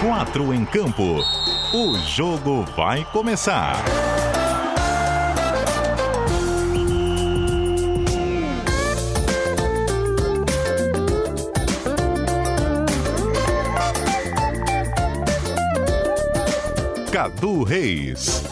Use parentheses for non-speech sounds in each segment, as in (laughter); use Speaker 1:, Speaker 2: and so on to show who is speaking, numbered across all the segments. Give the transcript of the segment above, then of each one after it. Speaker 1: Quatro em campo. O jogo vai começar. Cadu Reis.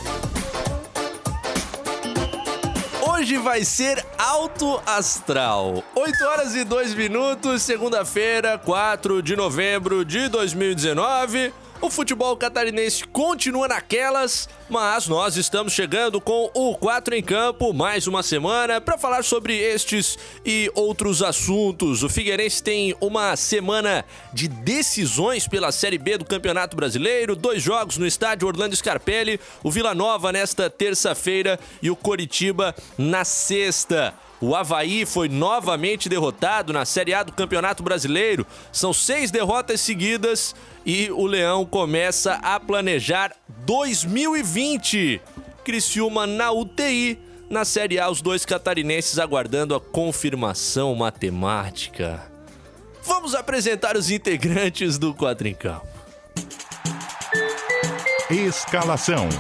Speaker 2: Hoje vai ser alto astral. 8 horas e 2 minutos, segunda-feira, 4 de novembro de 2019. O futebol catarinense continua naquelas, mas nós estamos chegando com o 4 em Campo mais uma semana para falar sobre estes e outros assuntos. O Figueirense tem uma semana de decisões pela Série B do Campeonato Brasileiro, dois jogos no estádio Orlando Scarpelli, o Vila Nova nesta terça-feira e o Coritiba na sexta. O Havaí foi novamente derrotado na Série A do Campeonato Brasileiro. São seis derrotas seguidas e o Leão começa a planejar 2020. Criciúma na UTI. Na Série A, os dois catarinenses aguardando a confirmação matemática. Vamos apresentar os integrantes do Quadrincão.
Speaker 1: Escalação.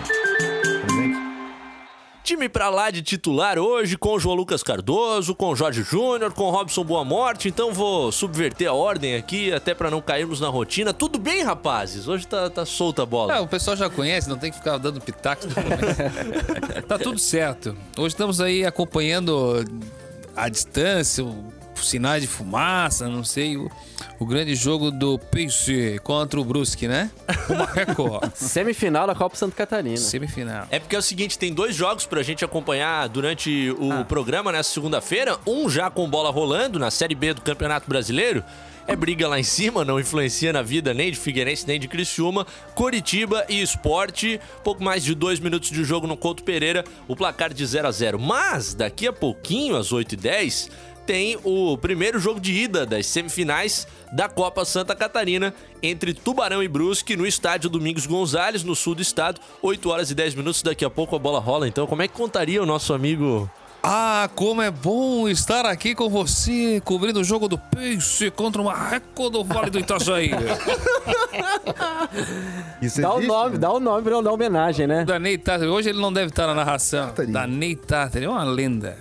Speaker 2: Time pra lá de titular hoje, com o João Lucas Cardoso, com o Jorge Júnior, com o Robson Boa Morte. Então vou subverter a ordem aqui, até pra não cairmos na rotina. Tudo bem, rapazes? Hoje tá, tá solta a bola.
Speaker 3: Ah, o pessoal já conhece, não tem que ficar dando pitacos. no começo. tá tudo certo. Hoje estamos aí acompanhando a distância, o- os sinais de fumaça, não sei, o, o grande jogo do PC contra o Brusque, né? O Marreco.
Speaker 4: Semifinal da Copa Santa Catarina.
Speaker 3: Semifinal.
Speaker 2: É porque é o seguinte, tem dois jogos pra gente acompanhar durante o programa nessa segunda-feira. Um já com bola rolando na Série B do Campeonato Brasileiro. É briga lá em cima, não influencia na vida nem de Figueirense nem de Criciúma. Coritiba e Esporte, pouco mais de dois minutos de jogo no Couto Pereira, o placar de 0 a 0 Mas, daqui a pouquinho, às 8h10, tem o primeiro jogo de ida das semifinais da Copa Santa Catarina entre Tubarão e Brusque no estádio Domingos Gonzalez, no sul do estado. 8 horas e 10 minutos, daqui a pouco a bola rola. Então, como é que contaria o nosso amigo?
Speaker 3: Ah, como é bom estar aqui com você, cobrindo o jogo do Peixe contra o Marreco do Vale do Itajaí.
Speaker 5: Isso
Speaker 4: Dá o
Speaker 5: existe?
Speaker 4: nome, dá o nome pra eu dar homenagem, né?
Speaker 3: Danei Tartari, hoje ele não deve estar na narração.
Speaker 5: Tartari.
Speaker 3: Danei Tartari, é uma lenda.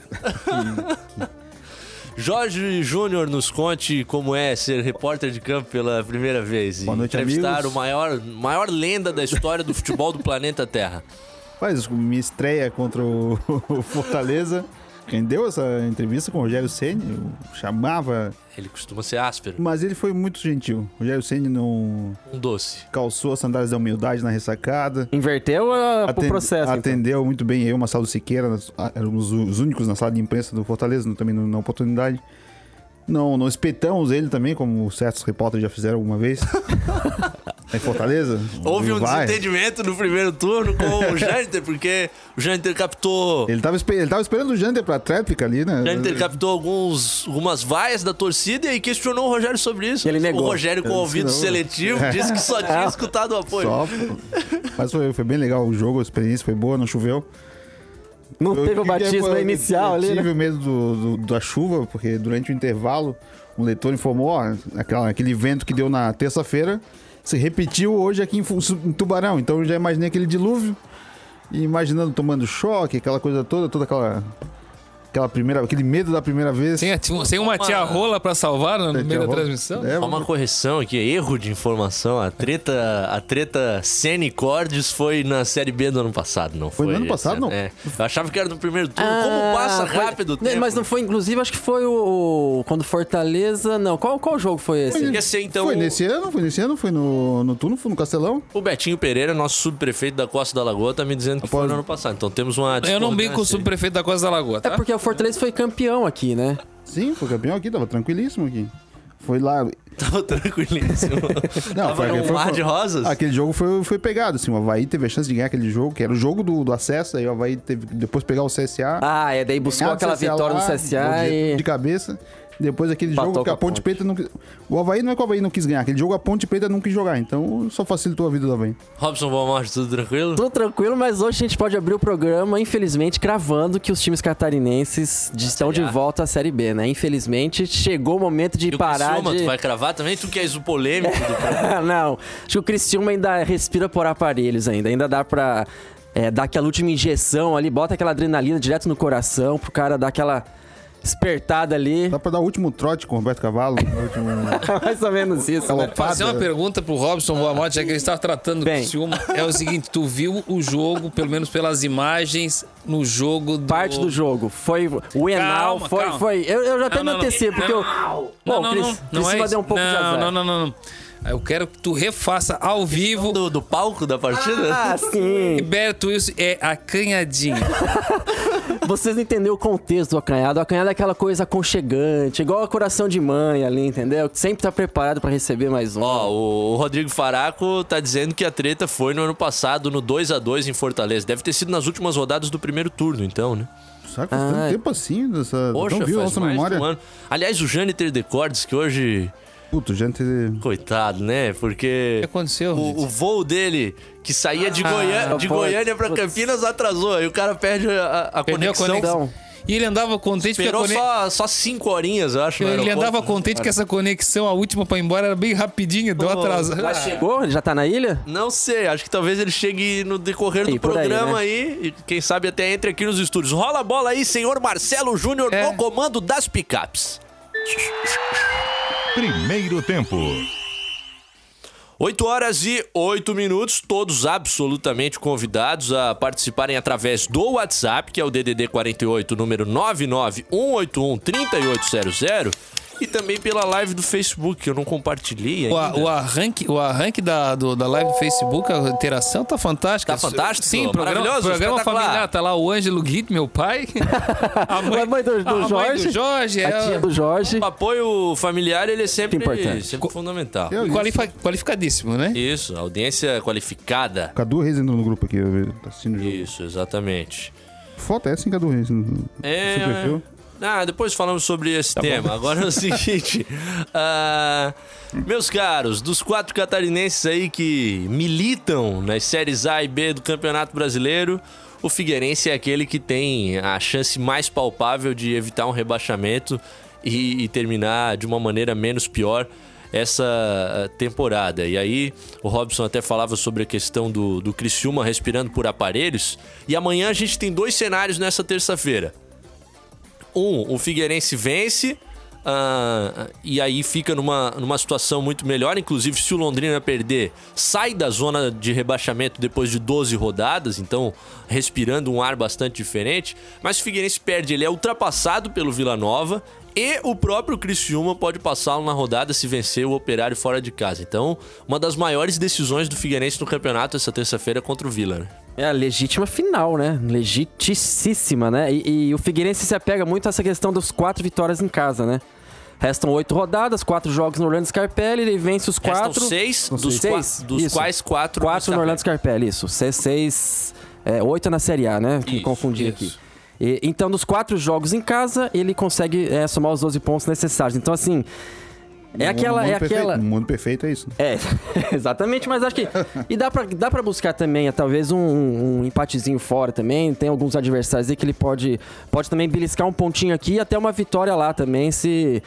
Speaker 2: Jorge Júnior nos conte como é ser repórter de campo pela primeira vez. e
Speaker 5: Boa noite,
Speaker 2: entrevistar
Speaker 5: amigos.
Speaker 2: o maior, maior lenda da história do futebol do planeta Terra.
Speaker 5: Faz minha estreia contra o (laughs) o Fortaleza. Quem deu essa entrevista com o Rogério Ceni, eu chamava,
Speaker 2: Ele costuma ser áspero,
Speaker 5: mas ele foi muito gentil. O Rogério Ceni não
Speaker 2: um doce.
Speaker 5: calçou as sandálias da humildade na ressacada.
Speaker 4: Inverteu ah, pro
Speaker 5: Atende-
Speaker 4: processo. então.
Speaker 5: atendeu muito bem eu, Marcelo Siqueira, nós- ah, éramos os únicos na sala de imprensa do Fortaleza, no- também no- na oportunidade. Não, não espetamos ele também, como certos repórteres já fizeram
Speaker 4: (laughs)
Speaker 5: alguma vez. em Fortaleza.
Speaker 2: Houve um
Speaker 5: vai.
Speaker 2: desentendimento no primeiro turno com
Speaker 5: (laughs)
Speaker 2: o Janter, porque o Janter captou
Speaker 5: Ele tava, espe- ele tava esperando o Jander pra tréplica ali, né?
Speaker 2: O Janter captou alguns, algumas vaias da torcida e questionou o Rogério sobre isso.
Speaker 4: E ele negou.
Speaker 2: O Rogério, com
Speaker 5: Ele
Speaker 2: ouvido
Speaker 5: disse não.
Speaker 2: seletivo,
Speaker 5: (laughs)
Speaker 2: disse que só tinha escutado o apoio.
Speaker 5: Só, pô. Mas foi, foi bem legal o jogo, a experiência foi boa, não choveu.
Speaker 4: Não
Speaker 5: Eu
Speaker 4: teve o
Speaker 5: queria-
Speaker 4: batismo
Speaker 5: eu-
Speaker 4: inicial
Speaker 5: eu
Speaker 4: ali,
Speaker 5: tive um-
Speaker 4: né?
Speaker 5: medo do- do- da chuva, porque durante o intervalo, um leitor informou, ó, aquela- aquele vento que deu na terça-feira se repetiu hoje aqui em, Fu- em Tubarão. Então eu já imaginei aquele dilúvio. E imaginando tomando choque, aquela coisa toda, toda aquela. Aquela primeira, aquele medo da primeira vez. Né,
Speaker 3: Sem, a tia- sem uma tia rola pra salvar no meio da transmissão?
Speaker 5: É,
Speaker 2: Só uma correção aqui, erro de informação. A treta, a treta Sene e Cordes foi na Série B do ano passado, não foi?
Speaker 5: Foi no ano passado, não?
Speaker 2: É. Eu achava que era no primeiro turno.
Speaker 4: Ah,
Speaker 2: Como passa
Speaker 4: foi-
Speaker 2: rápido o
Speaker 4: Né,
Speaker 2: tempo?
Speaker 4: Mas não foi, inclusive, acho que foi o. o- Quando Fortaleza. Não, qual, qual jogo foi esse?
Speaker 2: Ia ser, então,
Speaker 5: foi
Speaker 2: o-
Speaker 5: nesse ano, foi nesse ano, foi no, no turno, foi no Castelão.
Speaker 2: O Betinho Pereira, nosso subprefeito da Costa da Lagoa, tá me dizendo que foi
Speaker 5: Após-
Speaker 2: no ano passado. Então temos uma
Speaker 3: Eu não brinco com o
Speaker 2: discordância.
Speaker 3: subprefeito da Costa da Lagoa,
Speaker 4: É
Speaker 3: tá?
Speaker 4: porque o Fortaleza foi campeão aqui, né?
Speaker 5: Sim, foi campeão aqui, tava tranquilíssimo aqui. Foi lá.
Speaker 2: (laughs) Tava tranquilíssimo. Tava
Speaker 5: foi-
Speaker 2: num
Speaker 5: foi- um
Speaker 2: mar de rosas.
Speaker 5: Aquele jogo foi, foi pegado, assim. O Havaí teve a chance de ganhar aquele jogo, que era o jogo do, do acesso, aí o Havaí teve que depois pegar o CSA.
Speaker 4: Ah, é daí buscou
Speaker 5: ganhar do
Speaker 4: aquela
Speaker 5: CSA
Speaker 4: vitória
Speaker 5: lá,
Speaker 4: no
Speaker 5: gol
Speaker 4: CSA
Speaker 5: ah, de,
Speaker 4: e.
Speaker 5: de cabeça. Depois daquele
Speaker 4: Empatou
Speaker 5: jogo que
Speaker 4: com
Speaker 5: a
Speaker 4: a
Speaker 5: Ponte
Speaker 4: Ponte.
Speaker 5: Preta não quis... O Havaí não é que o Havaí não quis ganhar. Aquele jogo a Ponte Preta não quis jogar. Então só facilitou a vida do Havaí.
Speaker 2: Robson Balmarte, tudo tranquilo?
Speaker 4: Tudo tranquilo, mas hoje a gente pode abrir o programa, infelizmente, cravando que os times catarinenses de- estão de
Speaker 2: Série A.
Speaker 4: volta à Série B, né? Infelizmente, chegou o momento de
Speaker 2: E o
Speaker 4: parar
Speaker 2: Criciúma,
Speaker 4: de...
Speaker 2: tu vai cravar também? Tu que és o polêmico do programa.
Speaker 4: (laughs) Não, acho que o Criciúma ainda respira por aparelhos ainda, ainda dá pra é, dar aquela última injeção ali, bota aquela adrenalina direto no coração pro cara dar aquela espertada ali,
Speaker 5: Dá pra dar o último trote com o Roberto Cavalo. o último-
Speaker 4: (laughs) mais ou menos isso, né?
Speaker 5: Galopada.
Speaker 3: Fazer uma pergunta pro Robson Boa Morte, já que ele está tratando do
Speaker 4: Bem.
Speaker 3: Criciúma. É o seguinte, tu viu o jogo, pelo menos pelas imagens, no jogo do...
Speaker 4: Parte do jogo, foi o Enal,
Speaker 3: Calma,
Speaker 4: foi,
Speaker 3: calma.
Speaker 4: foi, eu, eu já até
Speaker 3: Não,
Speaker 4: me
Speaker 3: não, não.
Speaker 4: antecipo, porque eu... Bom,
Speaker 3: Não,
Speaker 4: o
Speaker 3: não,
Speaker 4: Cris,
Speaker 3: não, não
Speaker 4: Criciúma
Speaker 3: é isso.
Speaker 4: deu um pouco de
Speaker 3: não,
Speaker 4: azar.
Speaker 3: não, não, não, não. Eu quero que tu refaça ao vivo.
Speaker 2: Do, do palco da partida?
Speaker 4: Ah, sim.
Speaker 3: Roberto Wilson é
Speaker 4: (laughs)
Speaker 3: acanhadinho.
Speaker 4: Vocês não entenderam o contexto do acanhado. O acanhado é aquela coisa aconchegante, igual a coração de mãe ali, entendeu? Que sempre tá preparado pra receber mais um.
Speaker 2: Ó, o- o Rodrigo Faraco tá dizendo que a treta foi no ano passado, no 2 a 2 em Fortaleza. Deve ter sido nas últimas rodadas do primeiro turno, então, né?
Speaker 5: Sabe, faz
Speaker 4: Ah,
Speaker 5: tanto tempo assim. Dessa...
Speaker 2: Poxa,
Speaker 5: não viu a
Speaker 2: faz
Speaker 5: nossa
Speaker 2: mais
Speaker 5: memória.
Speaker 2: de um ano. Aliás, o Jâniter Decordes, que hoje...
Speaker 5: Puto, gente.
Speaker 2: Coitado, né? Porque...
Speaker 3: O que aconteceu,
Speaker 2: O, o voo dele, que saía de, Goiânia, de
Speaker 4: pô,
Speaker 2: Goiânia pra
Speaker 4: putz.
Speaker 2: Campinas, atrasou. Aí o cara perde a, a
Speaker 3: Perdeu a
Speaker 2: conexão.
Speaker 3: conexão. E ele andava contente porque a
Speaker 2: Esperou
Speaker 3: conexão.
Speaker 2: só, só cinco horinhas, eu acho, no
Speaker 3: Ele
Speaker 2: aeroporto. né?
Speaker 3: andava contente que essa conexão, a última pra ir embora, era bem rapidinha, deu atrasado.
Speaker 4: Já chegou? Ele já tá na ilha?
Speaker 2: Não sei, acho que talvez ele chegue no decorrer do
Speaker 4: Sim, por aí, né?
Speaker 2: programa aí, e quem sabe até entre aqui nos estúdios. Rola a bola aí, senhor Marcelo Júnior,
Speaker 3: É.
Speaker 2: no comando das picapes.
Speaker 1: Primeiro tempo.
Speaker 2: 8 horas e 8 minutos, todos absolutamente convidados a participarem através do WhatsApp, que é o DDD 48, número 991813800, e também pela live do Facebook, que eu não compartilhei
Speaker 3: (laughs) O,
Speaker 2: ainda.
Speaker 3: a- o arranque, o arranque da, do- da live do Facebook, a interação tá fantástica.
Speaker 2: Tá fantástico?
Speaker 3: Sim, programa,
Speaker 2: Maravilhoso,
Speaker 3: programa
Speaker 2: espetacular.
Speaker 3: familiar. Tá lá o Ângelo Guit, meu pai. A
Speaker 4: A mãe do- do
Speaker 3: a Mãe do
Speaker 4: Jorge.
Speaker 3: Jorge é,
Speaker 4: A tia do Jorge.
Speaker 2: O apoio familiar, ele é sempre,
Speaker 4: Importante.
Speaker 2: sempre fundamental.
Speaker 5: Eu,
Speaker 3: qualifa- qualificadíssimo, né?
Speaker 2: Isso, audiência qualificada.
Speaker 5: Cadu Reis entrou no grupo aqui. eu- Tá assistindo o jogo.
Speaker 2: Isso, exatamente.
Speaker 5: Foto é assim, Cadu Reis. no- no
Speaker 2: É.
Speaker 5: seu perfil.
Speaker 2: Ah, depois falamos sobre esse tema. Agora é o seguinte. ah, meus caros, dos quatro catarinenses aí que militam nas séries A e B do Campeonato Brasileiro, o Figueirense é aquele que tem a chance mais palpável de evitar um rebaixamento e, e terminar de uma maneira menos pior essa ah, temporada. E aí, o Robson até falava sobre a questão do, do Criciúma respirando por aparelhos. E amanhã a gente tem dois cenários nessa terça-feira um, o Figueirense vence. ah, e aí fica numa, numa situação muito melhor. Inclusive, se o Londrina perder, sai da zona de rebaixamento depois de 12 rodadas, então respirando um ar bastante diferente. Mas se o Figueirense perde, ele é ultrapassado pelo Vila Nova e o próprio Criciúma pode passá-lo na rodada se vencer o Operário fora de casa. Então, uma das maiores decisões do Figueirense no campeonato essa terça-feira é contra o Vila. né?
Speaker 4: É a legítima final, né? Legiticíssima, né? E, e o Figueirense se apega muito a essa questão dos quatro vitórias em casa, né? Restam oito rodadas, quatro jogos no Orlando Scarpelli, ele vence os
Speaker 2: Restam
Speaker 4: quatro.
Speaker 2: seis,
Speaker 4: Não sei,
Speaker 2: dos, qua-
Speaker 4: seis?
Speaker 2: dos
Speaker 4: Isso.
Speaker 2: quais quatro...
Speaker 4: Quatro no Orlando Scarpelli, isso. Se- Seis, é, oito é na Série A, né? Que
Speaker 2: Isso,
Speaker 4: confundi
Speaker 3: isso.
Speaker 4: aqui. E- então, dos quatro jogos em casa, ele consegue é, somar os 12 pontos necessários. Então, assim, é
Speaker 5: No-
Speaker 4: aquela...
Speaker 5: No
Speaker 4: É
Speaker 5: mundo perfeito,
Speaker 4: aquela...
Speaker 5: no mundo perfeito é isso.
Speaker 4: É, (laughs) exatamente, mas acho que. E dá pra, dá pra buscar também, é, talvez, um, um empatezinho fora também. Tem alguns adversários aí que ele pode, pode também beliscar um pontinho aqui e até uma vitória lá também, se.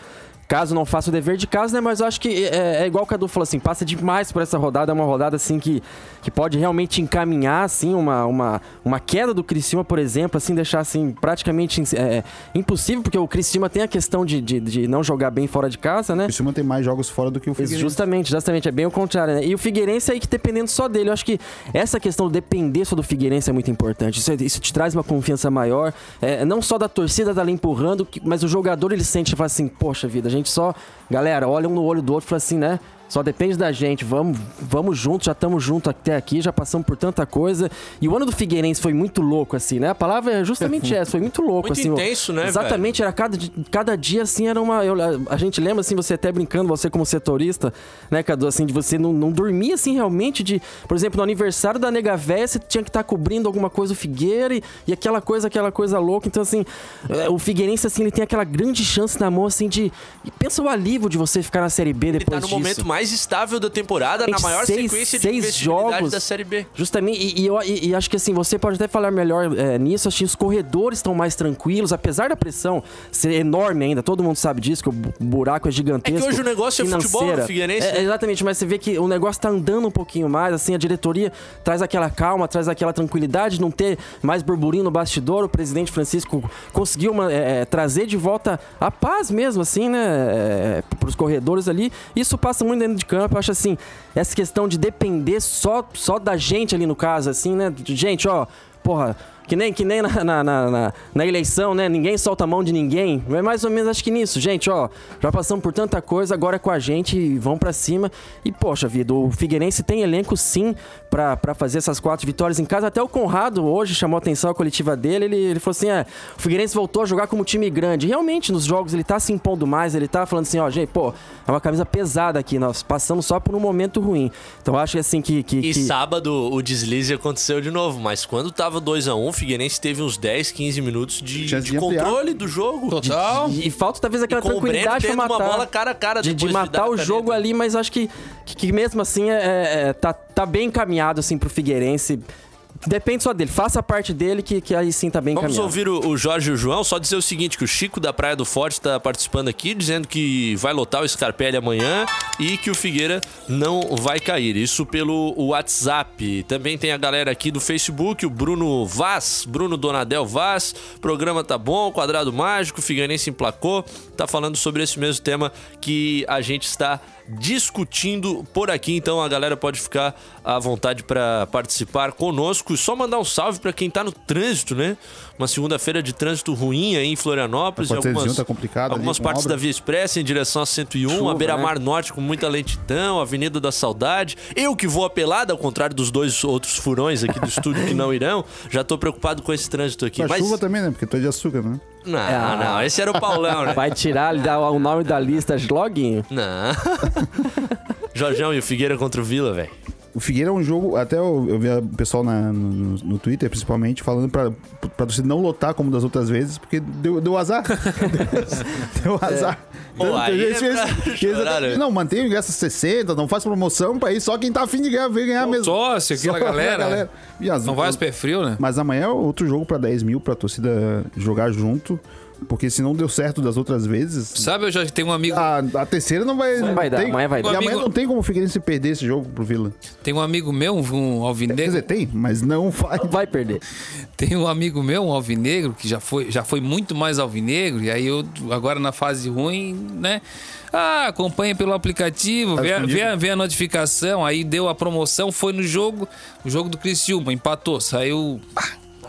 Speaker 4: Caso não faça o dever de casa, né? Mas eu acho que é, é igual o Cadu falou assim: passa demais por essa rodada. É uma rodada assim que, que pode realmente encaminhar assim, uma, uma, uma queda do Criciúma, por exemplo, assim, deixar assim, praticamente é, impossível, porque o Criciúma tem a questão de, de, de não jogar bem fora de casa, né?
Speaker 5: O Criciúma tem mais jogos fora do que o
Speaker 4: Isso,
Speaker 5: Figueirense.
Speaker 4: Justamente, justamente. É bem o contrário, né? E o Figueirense aí que dependendo só dele. Eu acho que essa questão de depender só do Figueirense é muito importante. Isso, isso te traz uma confiança maior. É, não só da torcida tá ali empurrando, que- mas o jogador ele sente e fala assim, poxa vida, a gente só... Galera, olha um no olho do outro e fala assim, né? Só depende da gente. Vamos, vamos juntos, já estamos juntos até aqui, já passamos por tanta coisa. E o ano do Figueirense foi muito louco, assim, né? A palavra é
Speaker 2: (laughs)
Speaker 4: justamente essa, foi muito louco.
Speaker 2: Muito
Speaker 4: assim,
Speaker 2: intenso, né,
Speaker 4: Exatamente, era cada, di- cada dia, assim, era uma... eu- a gente lembra, assim, você até brincando, você como setorista, né, Cadu? Assim, de você não, não dormir, assim, realmente de... Por exemplo, no aniversário da Nega Véia, você tinha que estar cobrindo alguma coisa o Figueira e, e aquela coisa, aquela coisa louca. Então, assim, é, o Figueirense, assim, ele tem aquela grande chance na mão, assim, de... e pensa o alívio de você ficar na Série B
Speaker 2: Ele tá
Speaker 4: depois
Speaker 2: no
Speaker 4: disso.
Speaker 2: momento mais estável da temporada, na
Speaker 4: Gente,
Speaker 2: maior
Speaker 4: seis-
Speaker 2: sequência de
Speaker 4: seis
Speaker 2: investibilidade
Speaker 4: jogos.
Speaker 2: da Série B.
Speaker 4: Justamente, e, e eu- e- e acho que assim, você pode até falar melhor é, nisso, acho que os corredores estão mais tranquilos, apesar da pressão ser enorme ainda, todo mundo sabe disso, que o bu- buraco é gigantesco.
Speaker 2: É que hoje o negócio é futebol
Speaker 4: financeira.
Speaker 2: no Figueirense,
Speaker 4: É,
Speaker 2: né?
Speaker 4: exatamente, mas você vê que o negócio tá andando um pouquinho mais, assim, a diretoria traz aquela calma, traz aquela tranquilidade, não ter mais burburinho no bastidor, o presidente Francisco conseguiu uma- é, é, trazer de volta a paz mesmo, assim, né, é, pros corredores ali, isso passa muito dentro de campo, eu acho assim, essa questão de depender só, só da gente ali no caso, assim, né, de- gente, ó, porra... Que nem, que nem na, na, na- na- na eleição, né? Ninguém solta a mão de ninguém. É mais ou menos acho que nisso, gente, ó. Já passamos por tanta coisa, agora é com a gente e vão pra cima. E, poxa vida, o Figueirense tem elenco sim pra pra fazer essas quatro vitórias em casa. Até o Conrado hoje chamou atenção a coletiva dele. Ele, ele falou assim: é, o Figueirense voltou a jogar como time grande. Realmente, nos jogos ele tá se impondo mais, ele tá falando assim, ó, gente, pô, é uma camisa pesada aqui, nós passamos só por um momento ruim. Então acho que assim que. que,
Speaker 2: E
Speaker 4: que-
Speaker 2: sábado o deslize aconteceu de novo, mas quando tava 2x1, o Figueirense teve uns 10, 15 minutos de,
Speaker 5: Chance
Speaker 2: de
Speaker 5: de ampliar.
Speaker 2: controle do jogo.
Speaker 3: Total.
Speaker 4: E falta talvez aquela
Speaker 2: E com o Breno
Speaker 4: tranquilidade pra
Speaker 2: tendo
Speaker 4: matar.
Speaker 2: uma bola cara a
Speaker 3: Tá
Speaker 2: cara
Speaker 4: de, de
Speaker 2: depois dar
Speaker 4: matar
Speaker 2: a
Speaker 4: o
Speaker 2: caneta.
Speaker 4: jogo ali, mas acho que, que, que mesmo assim é, é- tá, tá bem encaminhado assim, pro Figueirense. Depende só dele, faça a parte dele que, que aí sim tá bem
Speaker 2: Vamos
Speaker 4: encaminhado.
Speaker 2: ouvir o, o Jorge e o João, só dizer o seguinte, que o Chico da Praia do Forte tá participando aqui, dizendo que vai lotar o Scarpelli amanhã e que o Figueira não vai cair. Isso pelo WhatsApp. Também tem a galera aqui do Facebook, o Bruno Vaz, Bruno Donadel Vaz, programa tá bom, quadrado mágico, o Figueirense emplacou, tá falando sobre esse mesmo tema que a gente está discutindo por aqui, então a galera pode ficar à vontade para participar conosco e só mandar um salve para quem tá no trânsito, né? Uma segunda-feira de trânsito ruim aí em Florianópolis,
Speaker 5: A
Speaker 2: em
Speaker 5: 401
Speaker 2: algumas,
Speaker 5: tá complicada ali,
Speaker 2: algumas
Speaker 5: com
Speaker 2: partes
Speaker 5: obra. né?
Speaker 2: da Via Expressa em direção a 101, a
Speaker 4: Chuva,
Speaker 2: um, Beira-Mar Norte com muita lentidão, Avenida da Saudade. Eu que vou apelado, ao contrário dos dois outros furões aqui do estúdio que não irão, já tô preocupado com esse trânsito aqui.
Speaker 5: A
Speaker 2: Mas
Speaker 5: chuva também, né? Porque tô de açúcar, né?
Speaker 2: não, não, esse era o
Speaker 4: (laughs)
Speaker 2: Paulão, né?
Speaker 4: Vai tirar ele dá o nome da lista loguinho.
Speaker 2: Não. Jorgão e o Figueira contra o Vila, velho.
Speaker 5: O Figueira é um jogo, até eu, eu vi o pessoal na- no, no Twitter, principalmente, falando pra, pra você não lotar como das outras vezes, porque deu,
Speaker 2: (laughs)
Speaker 5: deu azar. (laughs) deu azar.
Speaker 2: Pô,
Speaker 5: Tanto
Speaker 2: aí
Speaker 5: vezes-
Speaker 2: é
Speaker 5: (laughs)
Speaker 2: pra
Speaker 5: vezes- vezes-
Speaker 2: chorar, né?
Speaker 5: não, mantenha o ingresso 60, não faça promoção pra ir, só quem tá afim de ganhar, vem ganhar mesmo. (laughs)
Speaker 3: sócio, aquela galera.
Speaker 5: E as-
Speaker 3: Não vai aos pé frio, né?
Speaker 5: Mas amanhã é outro jogo pra 10 mil pra torcida jogar junto, porque se não deu certo das outras vezes,
Speaker 3: Sabe, eu já tenho um amigo,
Speaker 5: a, a terceira não vai. não
Speaker 4: vai dar,
Speaker 5: tem-
Speaker 4: amanhã vai dar.
Speaker 5: E amanhã
Speaker 3: Amigo-
Speaker 5: não tem como o Figueirense perder esse jogo pro Vila.
Speaker 3: tem um amigo meu, um
Speaker 5: Quer
Speaker 3: alvinegro.
Speaker 5: dizer, tem, mas
Speaker 4: (laughs)
Speaker 5: não vai.
Speaker 4: Vai perder.
Speaker 3: Tem um amigo meu, um alvinegro, que já foi, já foi muito mais alvinegro, e aí eu, agora na fase ruim, né? Ah, acompanha pelo aplicativo, vê, a- vê, a- vê a notificação, aí deu a promoção, foi no jogo, o jogo do Criciúma, empatou, saiu ah,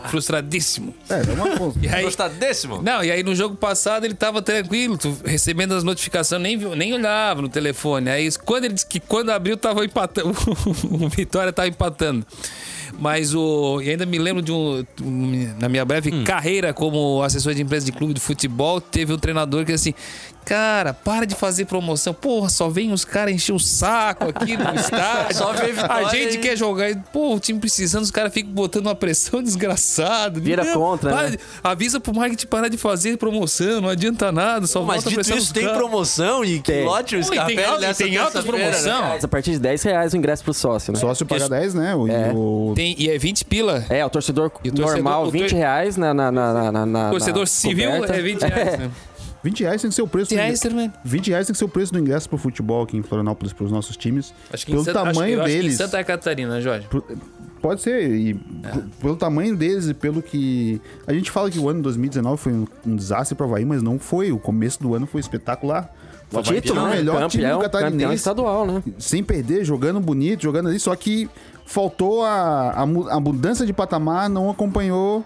Speaker 3: frustradíssimo.
Speaker 5: É, é uma
Speaker 3: (laughs)
Speaker 5: coisa.
Speaker 3: E aí,
Speaker 2: Gostadíssimo.
Speaker 3: não, e aí no jogo passado ele tava tranquilo, tu- recebendo as notificações, nem, viu- nem olhava no telefone. Aí quando ele disse que quando abriu tava empatando, (laughs) o Vitória tava empatando. Mas o. E ainda me lembro de um. um- Na minha breve carreira como assessor de empresa de clube de futebol, teve um treinador que disse assim: Cara, para de fazer promoção. Porra, só vem os caras encher o saco aqui no estádio.
Speaker 2: Só vem vitória
Speaker 3: A gente
Speaker 2: aí."
Speaker 3: quer jogar. e, Pô, o time precisando, os caras ficam botando uma pressão (laughs) desgraçada.
Speaker 4: Vira
Speaker 3: Não,
Speaker 4: contra,
Speaker 3: para
Speaker 4: né?
Speaker 3: de- Avisa pro marketing parar de fazer promoção, não adianta nada, só
Speaker 2: Mas
Speaker 3: volta a
Speaker 2: dito
Speaker 3: pressão
Speaker 2: isso,
Speaker 3: dos
Speaker 2: tem
Speaker 3: caras.
Speaker 2: promoção e que
Speaker 4: Tem.
Speaker 2: lote o
Speaker 3: Pô, e tem
Speaker 2: Scarpelli
Speaker 3: alta-
Speaker 2: nessa
Speaker 3: tem alta
Speaker 2: terça-feira, né?
Speaker 3: promoção.
Speaker 4: A partir de 10 reais o ingresso pro sócio, né?
Speaker 5: Sócio paga
Speaker 3: Isso.
Speaker 5: 10, né? O,
Speaker 4: É.
Speaker 5: o-
Speaker 3: Tem, e é 20 pila.
Speaker 4: É, o torcedor,
Speaker 3: E o torcedor-
Speaker 4: normal,
Speaker 3: o
Speaker 4: 20
Speaker 3: tor-
Speaker 4: reais na. na, na, na, na- na-
Speaker 3: Torcedor
Speaker 4: na
Speaker 3: civil
Speaker 4: coberta.
Speaker 3: é 20 reais, né?
Speaker 5: 20 reais tem que ser o preço.
Speaker 3: 20 reais,
Speaker 5: do...
Speaker 3: né?
Speaker 5: 20 reais tem que ser o preço do ingresso pro futebol aqui em Florianópolis, pros nossos times. pelo
Speaker 3: Santa- acho-
Speaker 5: tamanho
Speaker 3: eu acho que em
Speaker 5: deles.
Speaker 3: Santa Catarina, Jorge.
Speaker 5: Pro- Pode ser, e p- pelo tamanho deles e pelo que. A gente fala que o ano de 2019 foi um, um desastre para Havaí, mas não foi. O começo do ano foi espetacular.
Speaker 4: O título,
Speaker 5: o
Speaker 4: né?
Speaker 5: melhor time
Speaker 4: Campeão,
Speaker 5: do
Speaker 4: campeão
Speaker 5: catarinense,
Speaker 4: estadual, né?
Speaker 5: sem perder, jogando bonito, jogando ali, só que faltou a, a, mu- a mudança de patamar, não acompanhou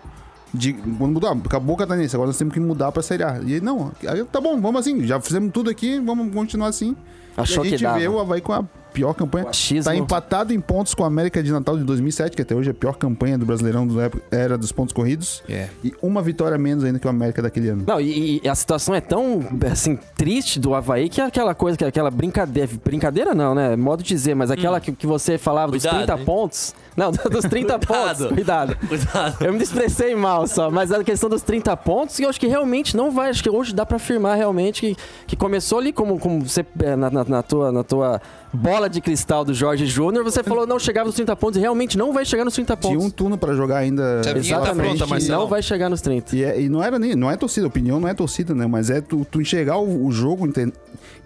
Speaker 5: de quando mudar, acabou o Catarinense, agora nós temos que mudar pra Série A. E ele, não, aí, tá bom, vamos assim, já fizemos tudo aqui, vamos continuar assim.
Speaker 4: Achou
Speaker 5: e a
Speaker 4: que
Speaker 5: gente
Speaker 4: dava.
Speaker 5: vê o Havaí com a pior campanha.
Speaker 4: O achismo.
Speaker 5: Tá empatado em pontos com a América de Natal de 2007, que até hoje é a pior campanha do Brasileirão da época- era dos pontos corridos.
Speaker 3: É.
Speaker 5: E uma vitória a menos ainda que o América daquele ano.
Speaker 4: Não, e, e a situação é tão, assim, triste do Havaí que é aquela coisa, que é aquela brincadeira. Brincadeira não, né? Modo de dizer, mas aquela que, que você falava
Speaker 2: Hum. Cuidado,
Speaker 4: dos 30
Speaker 2: hein?
Speaker 4: pontos. Não, (laughs) dos 30 pontos.
Speaker 2: Cuidado.
Speaker 4: Cuidado.
Speaker 2: Cuidado.
Speaker 4: Eu me expressei mal só, mas a questão dos 30 pontos, eu acho que realmente não vai. Acho que hoje dá pra afirmar realmente que, que começou ali como, como você, é, na, na- na tua, na tua bola de cristal do Jorge Júnior, você falou não chegava nos 30 pontos e realmente não vai chegar nos 30
Speaker 5: Tinha
Speaker 4: pontos.
Speaker 5: um turno pra jogar ainda.
Speaker 3: Já
Speaker 5: pela
Speaker 3: vinha tá
Speaker 5: frente.
Speaker 3: pronta, Marcelo.
Speaker 4: não vai chegar nos 30.
Speaker 5: E, é- e não era nem, não é torcida, opinião não é torcida, né? Mas é tu, tu enxergar o, o jogo, enten-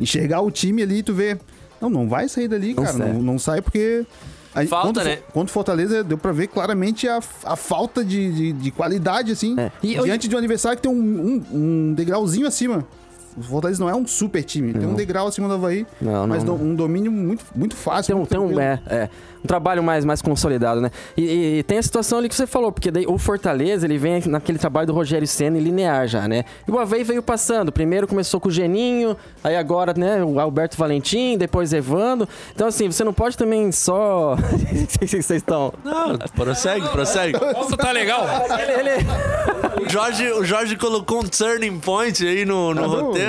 Speaker 5: enxergar o time ali e tu vê. Não, não vai sair dali,
Speaker 4: Não
Speaker 5: cara.
Speaker 4: sai.
Speaker 5: Não, não sai porque. A,
Speaker 2: Falta,
Speaker 5: contra, o Fo-
Speaker 2: né?
Speaker 5: Contra o Fortaleza, deu pra ver claramente a, a falta de, de, de qualidade, assim.
Speaker 4: É. E eu-
Speaker 5: diante de um adversário que tem um, um- um degrauzinho acima. O Fortaleza não é um super time, tem um degrau acima do Havaí,
Speaker 4: Não,
Speaker 5: mas
Speaker 4: não,
Speaker 5: do- um domínio muito, muito fácil.
Speaker 4: tem um,
Speaker 5: muito
Speaker 4: tem um,
Speaker 5: tranquilo.
Speaker 4: é, é, um trabalho mais, mais consolidado, né? E, e- e tem a situação ali que você falou, porque daí o Fortaleza, ele vem naquele trabalho do Rogério Senna e linear já, né? E o Avei veio passando. Primeiro começou com o Geninho, aí agora, né, o Alberto Valentim, depois Evando. Então, assim, você não pode também só... (laughs) Vocês estão...
Speaker 2: Não, prossegue, prossegue.
Speaker 3: Nossa, tá legal.
Speaker 4: Ele, ele-
Speaker 2: O Jorge, o Jorge colocou um turning point aí no, no
Speaker 5: Ah, não.
Speaker 4: (laughs)
Speaker 2: roteiro.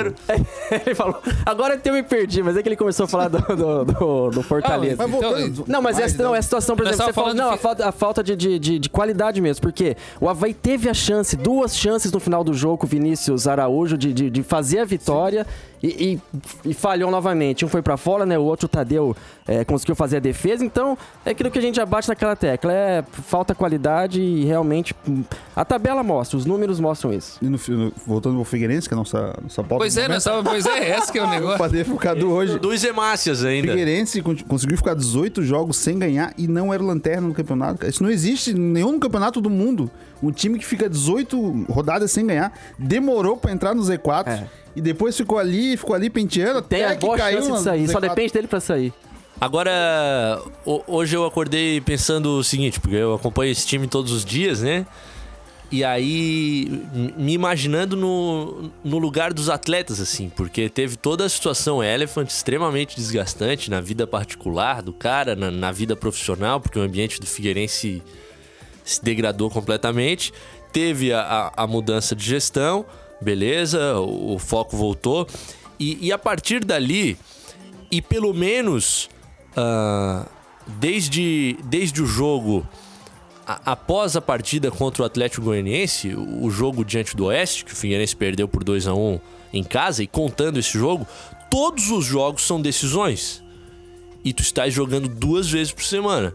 Speaker 4: ele falou, agora até eu me perdi, mas é que ele começou a falar do, do, do- do Fortaleza.
Speaker 5: Mas
Speaker 3: Então,
Speaker 5: voltando-
Speaker 4: Não, mas
Speaker 5: mais,
Speaker 4: essa não,
Speaker 5: né?
Speaker 4: é a situação, por
Speaker 3: Nós
Speaker 4: exemplo,
Speaker 3: tava
Speaker 4: você falou,
Speaker 3: falando
Speaker 4: não,
Speaker 3: que-
Speaker 4: a falta, a falta de, de, de, de qualidade mesmo, porque o Havaí teve a chance, duas chances no final do jogo, com o Vinícius Araújo, de, de, de fazer a vitória e, e- e falhou novamente. Um foi pra fora, né? O outro, o Tadeu, é, conseguiu fazer a defesa, então é aquilo que a gente já bate naquela tecla, é falta qualidade e realmente hum, a tabela mostra, os números mostram isso.
Speaker 5: E no fi- no- voltando pro Figueirense, que é a nossa, nossa pauta.
Speaker 3: Pois é, né? Sabe? Pois é, essa que é
Speaker 5: (laughs)
Speaker 3: o negócio.
Speaker 5: Fazer pro Cadu hoje.
Speaker 2: Dois hemácias ainda.
Speaker 5: Figueirense con- conseguiu ficar 18 jogos sem ganhar e não era lanterna no campeonato. cara. Isso não existe em nenhum campeonato do mundo. Um time que fica 18 rodadas sem ganhar, demorou pra entrar no Z4 e depois ficou ali, ficou ali penteando
Speaker 4: É. Tem
Speaker 5: até
Speaker 4: a
Speaker 5: é que
Speaker 4: boa
Speaker 5: caiu
Speaker 4: chance
Speaker 5: na-
Speaker 4: de
Speaker 5: no
Speaker 4: sair, só
Speaker 5: Z4.
Speaker 4: depende dele pra sair.
Speaker 2: Agora, ho- hoje eu acordei pensando o seguinte, porque eu acompanho esse time todos os dias, né? E aí, m- me imaginando no, no lugar dos atletas, assim, porque teve toda a situação Elephant extremamente desgastante na vida particular do cara, na, na vida profissional, porque o ambiente do Figueirense se degradou completamente. Teve a, a- a mudança de gestão, beleza, o, o foco voltou. E, e a partir dali, e pelo menos ah, desde, desde o jogo, a- após a partida contra o Atlético Goianiense, o, o jogo diante do Oeste, que o Figueirense perdeu por 2 a 1 em casa, e contando esse jogo, todos os jogos são decisões. E tu estás jogando duas vezes por semana.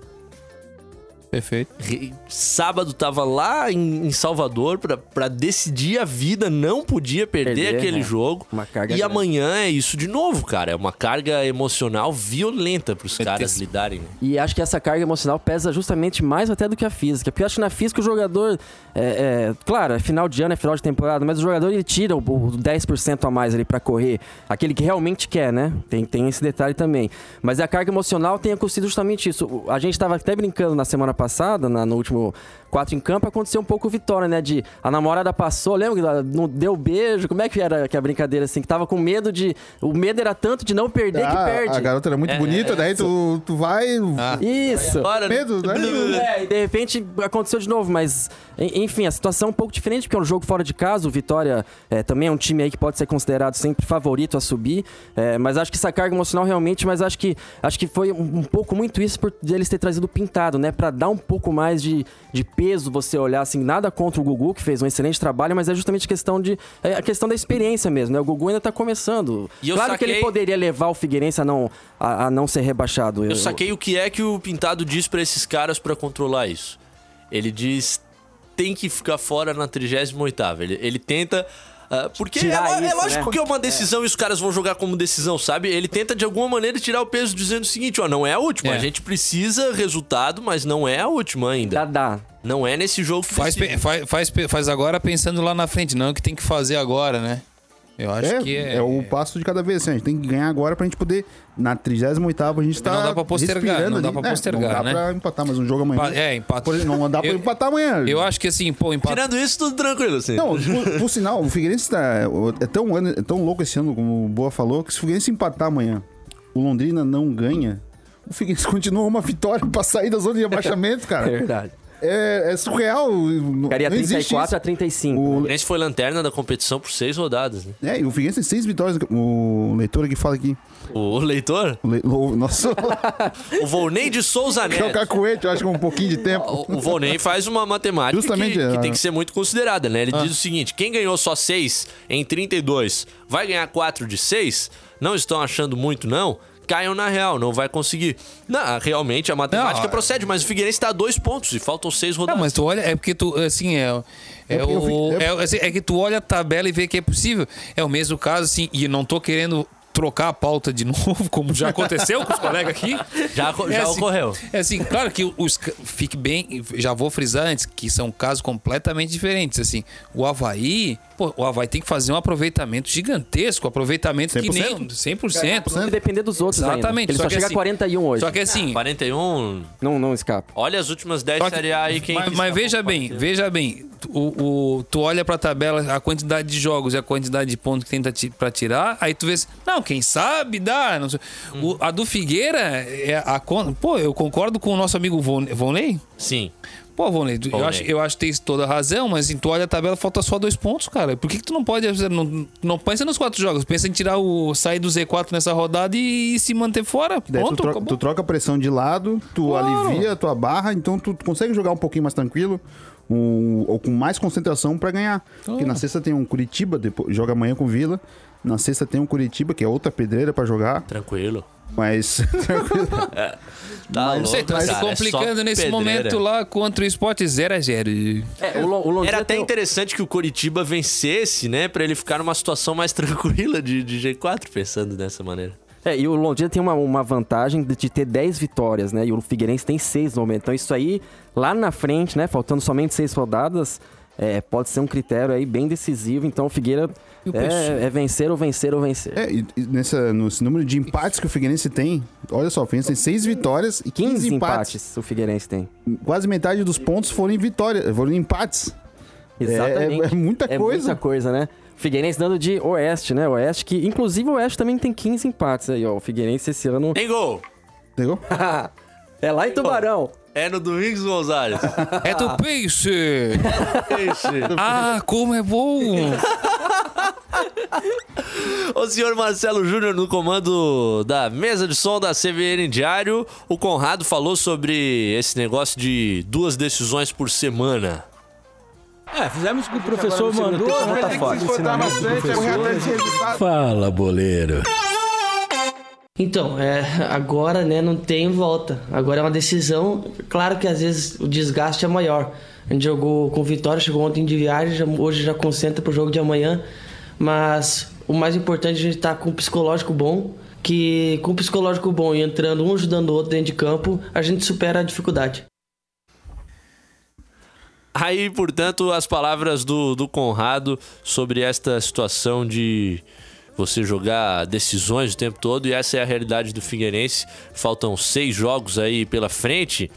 Speaker 3: Perfeito.
Speaker 2: Re- sábado tava lá em, em Salvador pra- pra decidir a vida, não podia perder,
Speaker 4: Perder,
Speaker 2: aquele
Speaker 4: né?
Speaker 2: jogo.
Speaker 4: Uma carga
Speaker 2: e
Speaker 4: grande.
Speaker 2: amanhã é isso de novo, cara. É uma carga emocional violenta pros caras
Speaker 3: tenso.
Speaker 2: lidarem. né?
Speaker 4: E acho que essa carga emocional pesa justamente mais até do que a física. Porque eu acho que na física o jogador. É, é, claro, é final de ano, é final de temporada, mas o jogador ele tira o, o 10% a mais ali pra correr. Aquele que realmente quer, né? Tem, tem esse detalhe também. Mas a carga emocional tem acontecido justamente isso. O- A gente tava até brincando na semana passada, na- no último quatro em campo, aconteceu um pouco o Vitória, né? De a namorada passou, lembra? que ela Não deu beijo. Como é que era que a brincadeira assim? Que tava com medo de. O medo era tanto de não perder que
Speaker 5: Ah,
Speaker 4: perde. É,
Speaker 5: a garota era muito bonita, daí tu, tu vai.
Speaker 3: Ah,
Speaker 4: Isso.
Speaker 2: Agora,
Speaker 5: Medo, né?
Speaker 2: (laughs)
Speaker 4: É, e de repente aconteceu de novo, mas en- enfim, a situação é um pouco diferente, porque é um jogo fora de casa. O Vitória é, também é um time aí que pode ser considerado sempre favorito a subir. é, mas acho que essa carga emocional realmente, mas acho que acho que foi um, um pouco muito isso por eles ter trazido o pintado, né? Pra dar um pouco mais de, de peso você olhar assim, nada contra o Gugu, que fez um excelente trabalho, mas é justamente questão de. É a questão da experiência mesmo, né? O Gugu ainda tá começando.
Speaker 2: E eu
Speaker 4: claro que
Speaker 2: saquei-
Speaker 4: ele poderia levar o Figueirense a não, a, a não ser rebaixado.
Speaker 2: Eu saquei o que é que o Pintado diz pra esses caras pra controlar isso. Ele diz tem que ficar fora na 38ª. Ele, ele tenta. ah, porque é,
Speaker 4: Tirar
Speaker 2: lo- é
Speaker 4: isso,
Speaker 2: lógico
Speaker 4: né?
Speaker 2: que é uma decisão e os caras vão jogar como decisão, sabe? Ele tenta de alguma maneira tirar o peso dizendo o seguinte: ó, não é a última.
Speaker 3: É.
Speaker 2: A gente precisa resultado, mas não é a última
Speaker 4: Dá,
Speaker 2: ainda.
Speaker 4: dá.
Speaker 2: Não é nesse jogo que
Speaker 3: Faz,
Speaker 2: decide.
Speaker 3: pe- faz, faz, pe- faz agora pensando lá na frente, não é o que tem que fazer agora, né? Eu acho que é.
Speaker 5: o passo de cada vez. Assim, a gente tem que ganhar agora pra gente poder. Na 38 a gente tá.
Speaker 3: Não dá pra postergar,
Speaker 5: respirando
Speaker 3: não dá
Speaker 5: ali.
Speaker 3: pra
Speaker 5: É,
Speaker 3: postergar,
Speaker 5: Não dá
Speaker 3: né?
Speaker 5: pra empatar mais um jogo amanhã.
Speaker 3: Pa- é, empata.
Speaker 5: Por exemplo, Não dá pra
Speaker 3: Eu-
Speaker 5: empatar amanhã.
Speaker 3: Eu acho que assim, pô, empate.
Speaker 2: Tirando isso, tudo tranquilo, assim.
Speaker 5: Não, por, por sinal, o Figueirense tá, é, tão, ano- é tão louco esse ano, como o Boa falou, que se o Figueirense empatar amanhã, o Londrina não ganha, o Figueirense (laughs) continua uma vitória pra sair da zona de abaixamento,
Speaker 4: (laughs) É
Speaker 5: cara.
Speaker 4: verdade.
Speaker 5: É, é surreal. não-
Speaker 4: Ficaria
Speaker 5: não existe
Speaker 4: 34 a 35.
Speaker 5: isso.
Speaker 2: Esse foi lanterna da competição por seis rodadas, né?
Speaker 5: O, é, e o Figueirense tem seis vitórias. O leitor que fala aqui.
Speaker 2: O leitor,
Speaker 5: O, le, (laughs)
Speaker 4: (laughs)
Speaker 5: o nosso
Speaker 2: o Volney de Souza
Speaker 5: é o
Speaker 2: Neto.
Speaker 5: Cacuete, eu acho que é um pouquinho de tempo.
Speaker 2: O o Volney faz uma matemática
Speaker 5: Justamente,
Speaker 2: que, que
Speaker 5: é.
Speaker 2: tem que ser muito considerada, né? Ele
Speaker 3: Ah.
Speaker 2: diz o seguinte: quem ganhou só 6 em 32 vai ganhar 4 de 6? Não estão achando muito, não? Caiam na real, não vai conseguir. Não, realmente a matemática
Speaker 3: Não,
Speaker 2: procede, mas o Figueirense está a dois pontos e faltam seis
Speaker 3: Não,
Speaker 2: rodadas.
Speaker 3: mas tu olha, é porque tu, assim, é, é,
Speaker 5: É porque eu
Speaker 3: o,
Speaker 5: fico-
Speaker 3: é, assim, é que tu olha a tabela e vê que é possível. É o mesmo caso, assim, e não tô querendo trocar a pauta de (laughs) novo, como já aconteceu com os colegas aqui.
Speaker 2: Já aco- já ocorreu.
Speaker 3: É assim, claro que os, ca- fique bem, já vou frisar antes, que são casos completamente diferentes, assim. O Havaí, pô, o Havaí tem que fazer um aproveitamento gigantesco, aproveitamento que nem 100%.
Speaker 4: Vai depender dos outros
Speaker 3: Exatamente.
Speaker 4: ainda. Ele só,
Speaker 3: que
Speaker 4: chega
Speaker 3: assim-
Speaker 4: a 41 hoje. Ah,
Speaker 3: Só que assim,
Speaker 2: 41.
Speaker 4: Não, não escapa.
Speaker 2: Olha as últimas 10
Speaker 3: Só que-
Speaker 2: Série A aí quem.
Speaker 3: mas, mas veja bem, veja bem. O, o- tu olha pra tabela a quantidade de jogos e a quantidade de pontos que tem pra ti- pra tirar, aí tu vê assim, não, quem sabe dá. não sei.
Speaker 2: Hum.
Speaker 3: O- a do Figueira, é a, con- pô, eu concordo com o nosso amigo Von- Vonley.
Speaker 2: Sim.
Speaker 3: Pô, Vonley, tu- eu
Speaker 2: Vonley.
Speaker 3: acho, eu acho que tem toda a razão, mas assim, tu olha a tabela, falta só dois pontos, cara. Por que, que tu não pode. Não, não pensa nos quatro jogos, pensa em tirar o. sair do Z4 nessa rodada e, se manter fora.
Speaker 5: Daí
Speaker 3: Pronto,
Speaker 5: tu, troca,
Speaker 3: acabou.
Speaker 5: tu troca a pressão de lado, tu alivia a tua barra, então tu consegue jogar um pouquinho mais tranquilo, um- ou com mais concentração pra ganhar. Porque na sexta tem um Curitiba, depois, joga amanhã com o Vila. Na sexta tem um Curitiba, que é outra pedreira pra jogar,
Speaker 2: Tranquilo.
Speaker 5: mas (laughs) tranquilo.
Speaker 2: Tá
Speaker 3: Não sei,
Speaker 2: louco,
Speaker 3: tá se
Speaker 2: cara, é só
Speaker 3: complicando nesse
Speaker 2: pedreira.
Speaker 3: momento lá contra o Sport 0x0.
Speaker 4: É, o, Lo- o Londrina
Speaker 2: Era até
Speaker 4: tem-
Speaker 2: interessante que o Coritiba vencesse, né? Pra ele ficar numa situação mais (laughs) tranquila de, de G4, pensando dessa maneira.
Speaker 4: É, e o Londrina tem uma, uma vantagem de, de ter 10 vitórias, né? E o Figueirense tem 6 no momento. Então isso aí, lá na frente, né? Faltando somente 6 rodadas, é, pode ser um critério aí bem decisivo. Então o Figueira
Speaker 3: E o pessoal?
Speaker 4: é, é vencer ou vencer ou vencer.
Speaker 5: É, e- e nessa, nesse número de empates que o Figueirense tem, olha só, o Figueirense tem seis vitórias e 15,
Speaker 4: 15
Speaker 5: empates.
Speaker 4: empates o Figueirense tem.
Speaker 5: Quase metade dos pontos foram em vitórias, foram em empates.
Speaker 4: Exatamente.
Speaker 5: é muita coisa.
Speaker 4: muita coisa, né? Figueirense dando de Oeste, né? Oeste que, inclusive, o Oeste também tem 15 empates aí, ó. O Figueirense esse ano.
Speaker 2: Tem gol!
Speaker 5: Entendeu?
Speaker 4: é lá em Tubarão.
Speaker 2: É no Domingos Gonzalez.
Speaker 3: É
Speaker 5: Ah.
Speaker 3: do peixe!
Speaker 5: (laughs)
Speaker 2: Ixi.
Speaker 3: Ah, como é bom!
Speaker 2: o senhor Marcelo Júnior no comando da mesa de som da CBN Diário. O Conrado falou sobre esse negócio de duas decisões por semana.
Speaker 6: É, fizemos o que o professor mandou.
Speaker 4: tá fora.
Speaker 6: Fala, boleiro.
Speaker 7: Então, é, agora né, não tem volta. Agora é uma decisão. Claro que às vezes o desgaste é maior. A gente jogou com vitória, chegou ontem de viagem, já- hoje já concentra pro jogo de amanhã. Mas o mais importante é a gente estar com o psicológico bom. Que com o psicológico bom e entrando um ajudando o outro dentro de campo, a gente supera a dificuldade.
Speaker 2: Aí, portanto, as palavras do, do Conrado sobre esta situação de você jogar decisões o tempo todo, e essa é a realidade do Figueirense. Faltam seis jogos aí pela frente.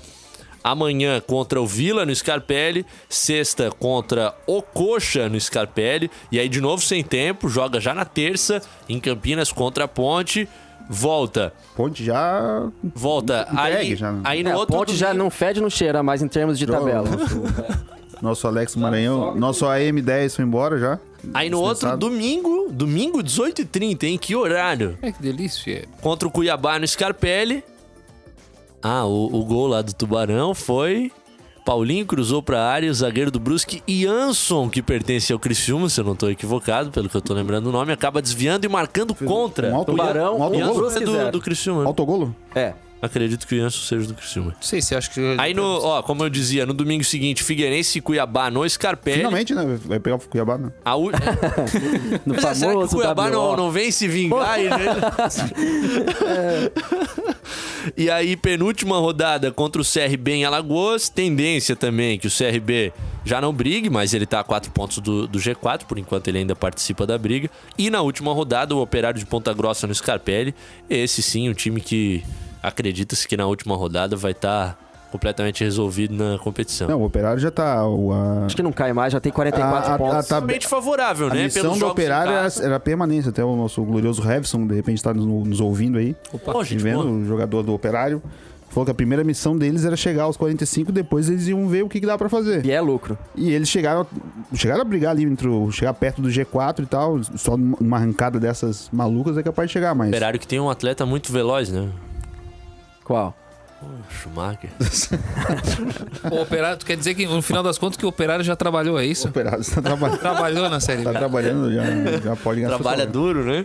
Speaker 2: Amanhã contra o Vila no Scarpelli, sexta contra o Coxa no Scarpelli, e aí de novo sem tempo, joga já na terça em Campinas contra a Ponte, volta,
Speaker 5: Ponte já
Speaker 2: volta. Aí,
Speaker 5: Entregue já, né?
Speaker 2: aí no
Speaker 4: É, a
Speaker 2: outro
Speaker 4: ponte já
Speaker 2: domingo-
Speaker 4: não fede, não cheira mais em termos de (laughs) tabela.
Speaker 5: Nosso Alex Maranhão, nosso AM10 foi embora já.
Speaker 2: Aí no outro
Speaker 5: Dispensado.
Speaker 2: domingo, domingo 18h30, hein? Que horário?
Speaker 3: É que delícia.
Speaker 2: Contra o Cuiabá no Scarpelli. Ah, o, o gol lá do Tubarão foi. Paulinho cruzou pra área, o zagueiro do Brusque, Jansson, que pertence ao Criciúma, se eu não tô equivocado, pelo que eu tô lembrando o nome, acaba desviando e marcando contra.
Speaker 5: um alto-
Speaker 4: Tubarão,
Speaker 5: Um autogol?
Speaker 4: um
Speaker 2: Jansson
Speaker 4: Brusque
Speaker 2: é do,
Speaker 4: zero.
Speaker 2: do Criciúma. né?
Speaker 5: Autogolo?
Speaker 4: É.
Speaker 2: Acredito que o Jansson seja do Criciúma.
Speaker 3: Não sei se acho que.
Speaker 2: Aí no, ó, como eu dizia, no domingo seguinte, Figueirense e Cuiabá no Scarpelli.
Speaker 5: Finalmente, né? Vai pegar o Cuiabá, né?
Speaker 2: A u...
Speaker 5: (laughs)
Speaker 4: No
Speaker 2: Mas é,
Speaker 4: famoso
Speaker 2: será que o Cuiabá
Speaker 4: WO.
Speaker 2: não, não vem se vingar? E, É. e aí, penúltima rodada contra o CRB em Alagoas. Tendência também que o CRB já não brigue, mas ele está a quatro pontos do, do G4, por enquanto ele ainda participa da briga. E na última rodada, o Operário de Ponta Grossa no Scarpelli. Esse sim, um time que acredita-se que na última rodada vai estar completamente resolvido na competição.
Speaker 5: Não, o Operário já tá. O, a...
Speaker 4: Acho que não cai mais, já tem 44
Speaker 5: A- a-
Speaker 4: pontos.
Speaker 5: a tab-
Speaker 2: Realmente favorável,
Speaker 5: A
Speaker 2: né?
Speaker 5: missão do
Speaker 2: jogos em
Speaker 5: operário é era,
Speaker 2: casa.
Speaker 5: era a permanência. Até o nosso glorioso Revson, de repente, está nos, nos ouvindo aí.
Speaker 2: Pô, gente,
Speaker 5: vendo
Speaker 2: boa.
Speaker 5: o jogador do operário. Falou que a primeira missão deles era chegar aos 45, depois eles iam ver o que, que dá pra fazer.
Speaker 4: E é lucro.
Speaker 5: E eles chegaram, chegaram a brigar ali, entre o- chegar perto do G4 e tal. Só numa arrancada dessas malucas é capaz de chegar, mas.
Speaker 2: Operário que tem um atleta muito veloz, né?
Speaker 4: Qual?
Speaker 2: Schumacher.
Speaker 3: O operário, tu quer dizer que no final das contas que o operário já trabalhou, é
Speaker 5: O
Speaker 3: isso?
Speaker 5: operário está trabalhando.
Speaker 3: Trabalhou na Série
Speaker 5: Tá
Speaker 3: B.
Speaker 5: trabalhando, já, já pode ganhar seu
Speaker 2: Trabalha
Speaker 5: salário.
Speaker 2: duro, né?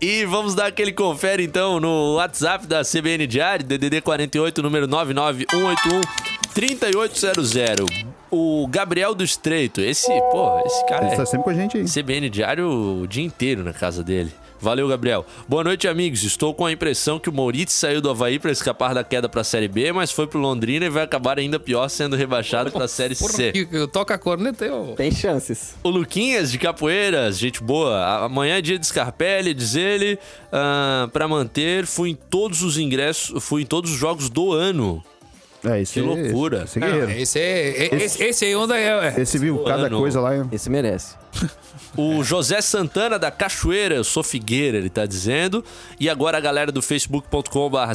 Speaker 2: E vamos dar aquele confere então no WhatsApp da CBN Diário, DDD 48, número 99181 3800. O Gabriel do Estreito, esse, pô, esse cara
Speaker 5: Ele
Speaker 2: é
Speaker 5: tá assim? está sempre com a gente aí.
Speaker 2: CBN Diário o dia inteiro na casa dele. Valeu, Gabriel. Boa noite, amigos. Estou com a impressão que o Moritz saiu do Havaí para escapar da queda para a Série B, mas foi pro Londrina e vai acabar ainda pior sendo rebaixado para a Série C.
Speaker 3: Que- que Toca a corneta aí, ô.
Speaker 4: Tem chances.
Speaker 2: O Luquinhas de Capoeiras, gente boa. Amanhã é dia de Scarpelli, diz ele. Ah, pra manter, fui em todos os ingressos, fui em todos os jogos do ano.
Speaker 5: É, esse,
Speaker 2: Que loucura.
Speaker 5: Esse, esse é
Speaker 3: Não,
Speaker 5: guerreiro.
Speaker 3: esse, é, esse, esse aí onda é. é.
Speaker 5: Esse viu cada
Speaker 2: ano.
Speaker 5: coisa lá. hein?
Speaker 4: Esse merece.
Speaker 2: O José Santana da Cachoeira, eu sou Figueira, ele tá dizendo. E agora a galera do facebook.com.br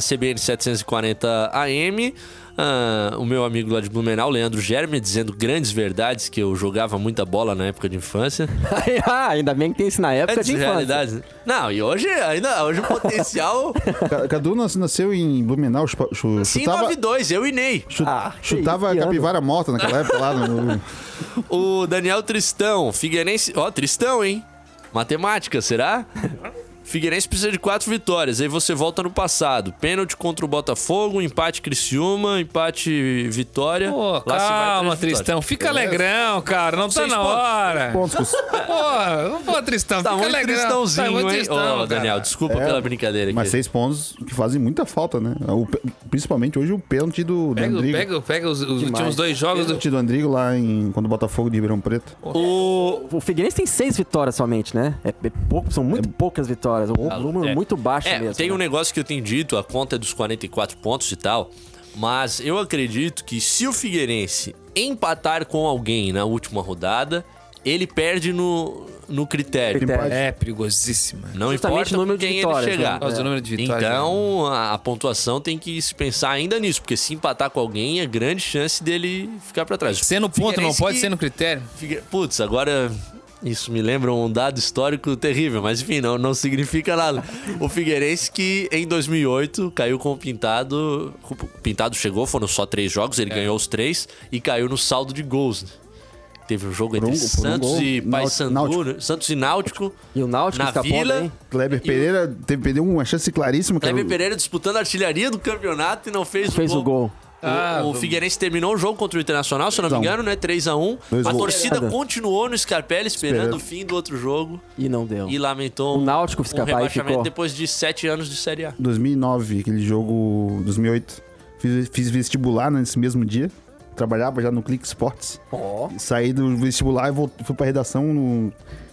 Speaker 2: CBN740AM. ah, o meu amigo lá de Blumenau, Leandro Germe, dizendo grandes verdades que eu jogava muita bola na época de infância.
Speaker 4: (laughs) ah, ainda bem que tem isso na época
Speaker 2: Antes
Speaker 4: de
Speaker 2: É de
Speaker 4: infância.
Speaker 2: realidade. né? Não, e hoje ainda hoje
Speaker 4: (laughs)
Speaker 2: o potencial.
Speaker 5: Ca- Cadu nas- nasceu em Blumenau, chupa- chu-
Speaker 2: Sim,
Speaker 5: chutava,
Speaker 2: 92, eu e Ney.
Speaker 5: chu-
Speaker 4: Ah, que
Speaker 5: chutava
Speaker 4: isso, que
Speaker 5: a capivara morta naquela época lá. No,
Speaker 2: O Daniel Tristão, Figueirense. Ó, Tristão, hein? Matemática, será? Figueirense precisa de quatro vitórias, aí você volta no passado. Pênalti contra o Botafogo, empate Criciúma, empate Vitória.
Speaker 3: Pô,
Speaker 2: Lá se vai
Speaker 3: calma,
Speaker 2: três vitórias.
Speaker 3: Tristão. Fica alegrão, cara. Não tá
Speaker 2: Seis
Speaker 3: na
Speaker 2: pontos.
Speaker 3: hora.
Speaker 5: pontos.
Speaker 3: Pô, pô, Tristão,
Speaker 2: Tá
Speaker 3: fica
Speaker 2: muito
Speaker 3: alegrão.
Speaker 2: Tristãozinho,
Speaker 3: Tá muito
Speaker 2: hein?
Speaker 3: Tristão,
Speaker 2: Ô,
Speaker 3: cara.
Speaker 2: Daniel, desculpa pela brincadeira aqui.
Speaker 5: Mas seis pontos que fazem muita falta, né? O pe- principalmente hoje o pênalti do, do
Speaker 3: Pega,
Speaker 5: Andrigo.
Speaker 3: pega, pega os, os últimos dois jogos
Speaker 5: O
Speaker 3: do
Speaker 5: pênalti do Andrigo lá em, quando o Botafogo de Ribeirão Preto.
Speaker 2: O...
Speaker 4: O Figueirense tem seis vitórias somente, né? É, é pouco, são muito poucas vitórias. Um número
Speaker 2: é.
Speaker 4: muito baixo
Speaker 2: É,
Speaker 4: mesmo.
Speaker 2: tem
Speaker 4: né?
Speaker 2: um negócio que eu tenho dito, a conta é dos 44 pontos e tal. Mas eu acredito que se o Figueirense empatar com alguém na última rodada, ele perde no, no critério.
Speaker 4: Critério.
Speaker 3: É, perigosíssima.
Speaker 2: Não
Speaker 4: Justamente
Speaker 2: importa
Speaker 4: o número de
Speaker 2: quem ele
Speaker 4: vitórias,
Speaker 2: chegar.
Speaker 4: né? Por
Speaker 3: causa do número de vitórias, né?
Speaker 2: Então, a, a pontuação tem que se pensar ainda nisso, porque se empatar com alguém, é grande chance dele ficar pra trás.
Speaker 3: Ser no ponto, não
Speaker 2: Figueirense
Speaker 3: pode
Speaker 2: é que-
Speaker 3: ser no critério.
Speaker 2: Figue- Putz, agora isso me lembra um dado histórico terrível, mas enfim, não, não significa nada. O Figueirense que em 2008 caiu com o Pintado, o Pintado chegou, foram só três jogos,
Speaker 5: É.
Speaker 2: ele ganhou os três e caiu no saldo de gols. né? Teve um jogo
Speaker 5: Por um-
Speaker 2: entre
Speaker 5: por um
Speaker 2: Santos
Speaker 5: gol,
Speaker 2: e
Speaker 5: Náutico-
Speaker 2: Paysandu,
Speaker 5: Náutico.
Speaker 2: né? Santos e Náutico.
Speaker 4: E o Náutico
Speaker 2: na
Speaker 4: escapou
Speaker 2: Vila.
Speaker 4: bem.
Speaker 5: Kleber Pereira teve, perdeu uma chance claríssima. cara.
Speaker 2: Kleber Pereira disputando a artilharia do campeonato e não fez,
Speaker 4: Fez o gol.
Speaker 2: O,
Speaker 3: Ah,
Speaker 2: o Figueirense terminou o jogo contra o Internacional, se eu não me
Speaker 5: 3 a 1.
Speaker 2: engano, né? 3x1.
Speaker 5: Então, Dois
Speaker 2: A,
Speaker 5: gols.
Speaker 2: torcida
Speaker 4: Esperada.
Speaker 2: continuou no Scarpelli esperando
Speaker 5: Esperando.
Speaker 2: o fim do outro jogo
Speaker 4: E não deu.
Speaker 2: e lamentou
Speaker 4: O Náutico
Speaker 2: um
Speaker 4: escapar e
Speaker 2: rebaixamento
Speaker 4: ficou.
Speaker 2: depois de sete anos de Série A.
Speaker 5: 2009, aquele jogo 2008. Fiz, fiz vestibular nesse mesmo dia. Trabalhava já no Click Sports. Saí do vestibular e voltei, fui pra redação no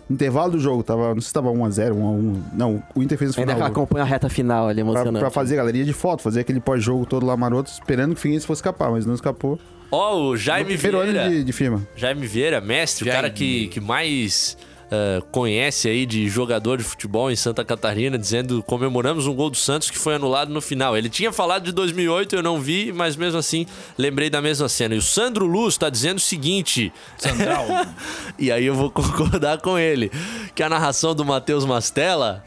Speaker 5: intervalo do jogo. Tava, não sei se tava 1x0, 1x1. Não, o Inter fez o
Speaker 4: Ainda
Speaker 5: final.
Speaker 4: acompanha a reta final ali,
Speaker 5: Pra,
Speaker 2: né?
Speaker 4: emocionante.
Speaker 5: pra fazer galeria de foto, fazer aquele pós-jogo todo lá maroto, esperando que o Figueirense fosse escapar, mas não escapou.
Speaker 2: Ó, o Jaime
Speaker 5: Primeiro ano
Speaker 2: Vieira.
Speaker 5: de, de firma.
Speaker 2: Jaime Vieira, mestre, o
Speaker 3: Jaime.
Speaker 2: cara que, que mais ah, conhece aí de jogador de futebol em Santa Catarina, dizendo comemoramos um gol do Santos que foi anulado no final. Ele tinha falado de 2008, eu não vi, mas mesmo assim lembrei da mesma cena. E o Sandro Luz tá dizendo o seguinte,
Speaker 3: Sandral.
Speaker 2: (laughs) e aí eu vou concordar com ele, que a narração do Matheus Mastella...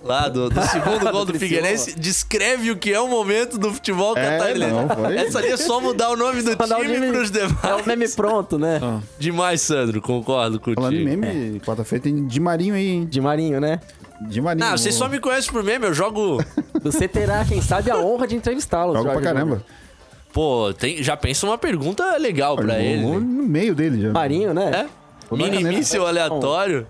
Speaker 2: Lá do, do segundo gol do Figueirense, descreve o que é o momento do futebol
Speaker 5: É,
Speaker 2: catarinense.
Speaker 5: não, foi.
Speaker 2: Essa ali é só mudar o nome do
Speaker 4: Mandar o
Speaker 2: time
Speaker 4: time-
Speaker 2: pros demais.
Speaker 4: É o meme pronto, né?
Speaker 2: Ah. Demais, Sandro, concordo contigo.
Speaker 5: Falando em meme,
Speaker 2: É.
Speaker 5: quarta-feira tem de Marinho aí, hein?
Speaker 4: De Marinho, né?
Speaker 5: De Marinho.
Speaker 2: Não, vocês só me conhecem por meme, eu
Speaker 5: (laughs)
Speaker 2: jogo.
Speaker 4: Você terá, quem sabe, a honra de entrevistá-lo.
Speaker 5: Joga pra
Speaker 4: Jorge
Speaker 5: caramba.
Speaker 4: Júnior.
Speaker 2: Pô, tem, já pensa uma pergunta legal pra
Speaker 5: Olha,
Speaker 2: ele.
Speaker 5: gol
Speaker 2: né?
Speaker 5: No meio dele já.
Speaker 4: Marinho, né?
Speaker 2: É?
Speaker 5: Vou dar uma caneta.
Speaker 2: Minimício aleatório.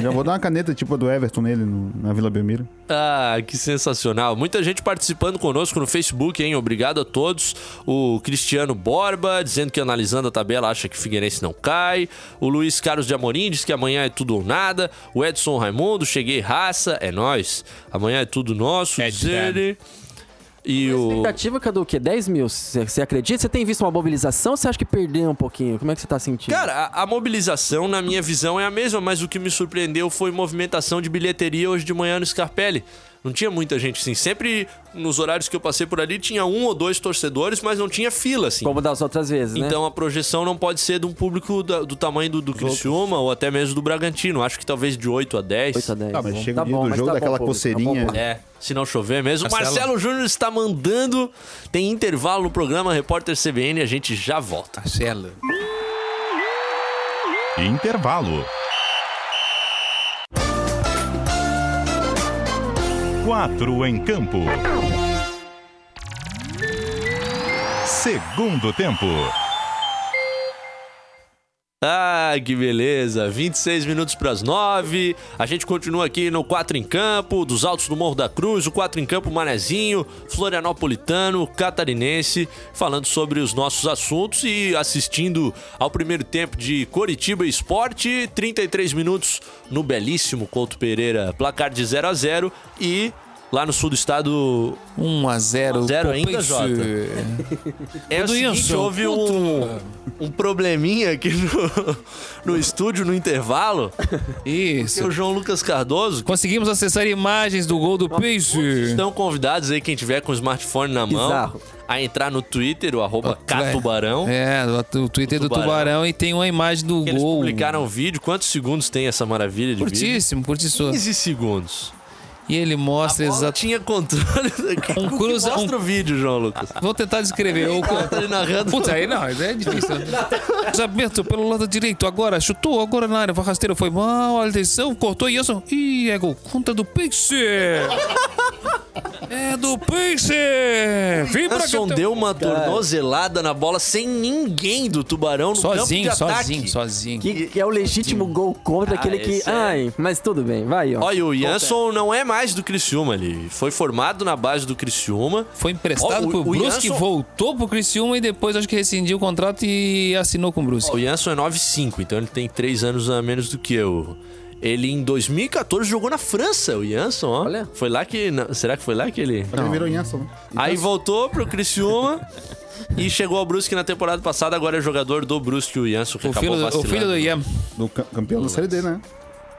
Speaker 5: Já vou dar uma caneta tipo a do Everton nele no- na Vila Belmiro.
Speaker 2: Ah, que sensacional. Muita gente participando conosco no Facebook, hein? Obrigado a todos. O Cristiano Borba dizendo que analisando a tabela acha que Figueirense não cai. O Luiz Carlos de Amorim diz que amanhã é tudo ou nada. O Edson Raimundo, cheguei raça, é nós. Amanhã é tudo nosso,
Speaker 3: É
Speaker 2: diz ele. E
Speaker 4: A
Speaker 2: o
Speaker 4: expectativa, Cadu, o quê? 10 mil? Você você acredita? Você tem visto uma mobilização ou você acha que perdeu um pouquinho? Como é que você tá sentindo?
Speaker 2: Cara, a, a mobilização, na minha visão, é a mesma, mas o que me surpreendeu foi movimentação de bilheteria hoje de manhã no Scarpelli. Não tinha muita gente, assim. Sempre nos horários que eu passei por ali, tinha um ou dois torcedores, mas não tinha fila, assim.
Speaker 4: como das outras vezes, né?
Speaker 2: Então a projeção não pode ser de um público da- do tamanho do, do Criciúma ou até mesmo do Bragantino. Acho que talvez de 8 a 10.
Speaker 4: 8 a 10.
Speaker 5: Tá, mas chega o dia
Speaker 4: bom,
Speaker 5: do
Speaker 4: mas
Speaker 5: jogo,
Speaker 4: tá bom,
Speaker 5: daquela
Speaker 4: público,
Speaker 5: coceirinha.
Speaker 4: tá bom, público.
Speaker 2: É, se não chover mesmo.
Speaker 3: Marcelo.
Speaker 2: Marcelo Júnior está mandando. Tem intervalo no programa Repórter CBN. A gente já volta.
Speaker 3: Marcelo.
Speaker 1: Intervalo. Quatro em campo. Segundo tempo.
Speaker 2: Ah, que beleza! 26 minutos para as 9. A gente continua aqui no 4 em Campo, dos Altos do Morro da Cruz, o 4 em Campo Manezinho, Florianopolitano, Catarinense, falando sobre os nossos assuntos e assistindo ao primeiro tempo de Coritiba Esporte, 33 minutos no belíssimo Couto Pereira, placar de 0 a 0 e lá no sul do estado
Speaker 3: 1x0.
Speaker 2: 1 a 0 ainda, Jota? é o
Speaker 3: Tudo
Speaker 2: seguinte,
Speaker 3: isso,
Speaker 2: houve
Speaker 3: puto.
Speaker 2: um, um probleminha aqui no, no estúdio, no intervalo.
Speaker 3: Isso.
Speaker 2: O João Lucas Cardoso, que
Speaker 3: Conseguimos acessar imagens do gol do Peixe.
Speaker 2: estão convidados aí, quem tiver com o smartphone na mão,
Speaker 4: Bizarro.
Speaker 2: a entrar no Twitter, o arroba
Speaker 3: Vai.
Speaker 2: Catubarão.
Speaker 3: É, o Twitter
Speaker 2: Do
Speaker 3: do
Speaker 2: Tubarão.
Speaker 3: Tubarão. e tem uma imagem do
Speaker 2: Eles
Speaker 3: gol.
Speaker 2: publicaram o vídeo. Quantos segundos tem essa maravilha de vídeo?
Speaker 3: Curtíssimo, curtíssimo.
Speaker 2: 15 segundos.
Speaker 3: E ele mostra
Speaker 2: Bola
Speaker 3: exatamente.
Speaker 2: tinha controle (laughs) daqui.
Speaker 3: Um cruza-
Speaker 2: Mostra
Speaker 3: um-
Speaker 2: o vídeo, João Lucas.
Speaker 3: (laughs) Vou tentar descrever. O...
Speaker 2: Tá ali narrando.
Speaker 3: Putz, aí não, aí é difícil. Desaberto pelo lado direito, agora chutou, agora na área, rasteiro foi mal, atenção, cortou e Wilson. Ih, é gol conta do Peixe! É do Peixe! Vem pra
Speaker 2: Anderson
Speaker 3: cá! então. um
Speaker 2: deu uma tornozelada na bola sem ninguém do Tubarão no
Speaker 3: Sozinho,
Speaker 2: campo de ataque.
Speaker 3: sozinho, sozinho.
Speaker 4: Que, que é o legítimo gol contra aquele que.
Speaker 2: esse é-
Speaker 4: Ai, mas tudo bem, vai, ó.
Speaker 2: Olha, o Jansson não é mais do Criciúma ali. Foi formado na base do Criciúma.
Speaker 3: Foi
Speaker 2: Ó,
Speaker 3: emprestado
Speaker 2: o-
Speaker 3: pro
Speaker 2: o
Speaker 3: Brusque,
Speaker 2: Jansson-
Speaker 3: voltou pro Criciúma e depois acho que rescindiu o contrato e assinou com o Brusque.
Speaker 2: O Jansson é 9'5", então ele tem 3 anos a menos do que eu. Ele em 2014 jogou na França, o Jansson, ó.
Speaker 4: Olha.
Speaker 2: Foi lá que. não, será que foi lá que ele.
Speaker 5: Ele virou Nhanson, né?
Speaker 2: Aí voltou pro Criciúma e chegou ao Brusque na temporada passada, agora é jogador do Brusque, o Jansson, que
Speaker 3: O
Speaker 2: acabou
Speaker 3: filho, do- o
Speaker 2: vacilando.
Speaker 3: filho do Ian.
Speaker 5: Do ca- campeão da Série D, né?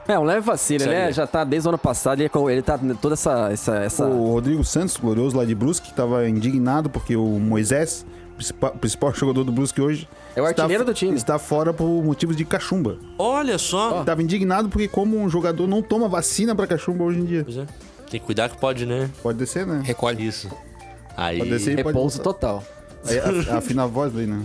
Speaker 4: É, um leve vacilo,
Speaker 2: Série
Speaker 4: né?
Speaker 2: D.
Speaker 4: Já tá desde o ano passado, ele, é co- ele tá toda essa. essa, essa...
Speaker 5: O Rodrigo Santos, glorioso lá de Brusque, estava indignado porque o Moisés, principal, principal (laughs) jogador do Brusque hoje...
Speaker 4: É o
Speaker 5: está-
Speaker 4: artilheiro do time.
Speaker 5: Está fora por motivos de cachumba.
Speaker 2: Olha só.
Speaker 5: Estava indignado porque como um jogador não toma vacina pra cachumba hoje em dia.
Speaker 2: Pois é. Tem que cuidar que pode, né?
Speaker 5: Pode descer, né?
Speaker 3: Recolhe.
Speaker 2: Isso. Aí,
Speaker 5: Pode descer e pode...
Speaker 4: Repouso total.
Speaker 5: Aí a-
Speaker 4: (laughs)
Speaker 5: afina a voz aí, né?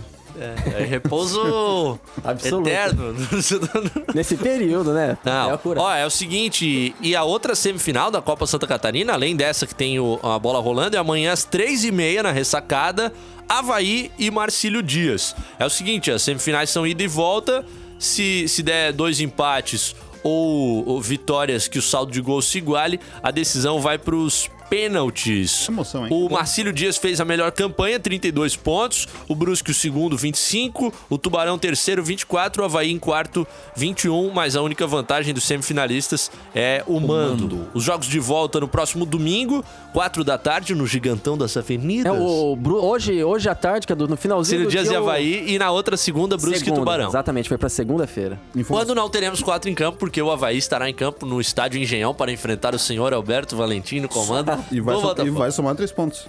Speaker 2: é repouso
Speaker 3: (laughs)
Speaker 4: Absoluto.
Speaker 2: eterno. (laughs)
Speaker 4: Nesse período, né?
Speaker 2: Não.
Speaker 4: É a cura.
Speaker 2: Ó, é o seguinte, e a outra semifinal da Copa Santa Catarina, além dessa que tem o- a bola rolando, é amanhã às três e meia na ressacada, Havaí e Marcílio Dias. É o seguinte, as semifinais são ida e volta, se, se der dois empates ou, ou vitórias que o saldo de gols se iguale, a decisão vai para os pênaltis.
Speaker 5: Emoção, hein?
Speaker 2: O Marcílio Dias fez a melhor campanha, 32 pontos. O Brusque, o segundo, 25. O Tubarão, terceiro, 24. O Havaí, em quarto, 21. Mas a única vantagem dos semifinalistas é o mando. Os jogos de volta no próximo domingo, 4 da tarde, no Gigantão das Avenidas.
Speaker 4: É, o Bru- hoje, hoje à tarde, Cadu, no finalzinho.
Speaker 2: Marcílio
Speaker 4: do
Speaker 2: Dias
Speaker 4: dia,
Speaker 2: e
Speaker 4: o-
Speaker 2: Havaí. E na outra, segunda, Brusque
Speaker 4: Segunda,
Speaker 2: e Tubarão.
Speaker 4: Exatamente, foi pra segunda-feira.
Speaker 2: Quando não teremos quatro em campo, porque o Havaí estará em campo no estádio Engenhão para enfrentar o senhor Alberto Valentino, comando.
Speaker 5: E vai,
Speaker 2: do
Speaker 5: so- e
Speaker 2: Botafogo.
Speaker 5: vai somar três pontos.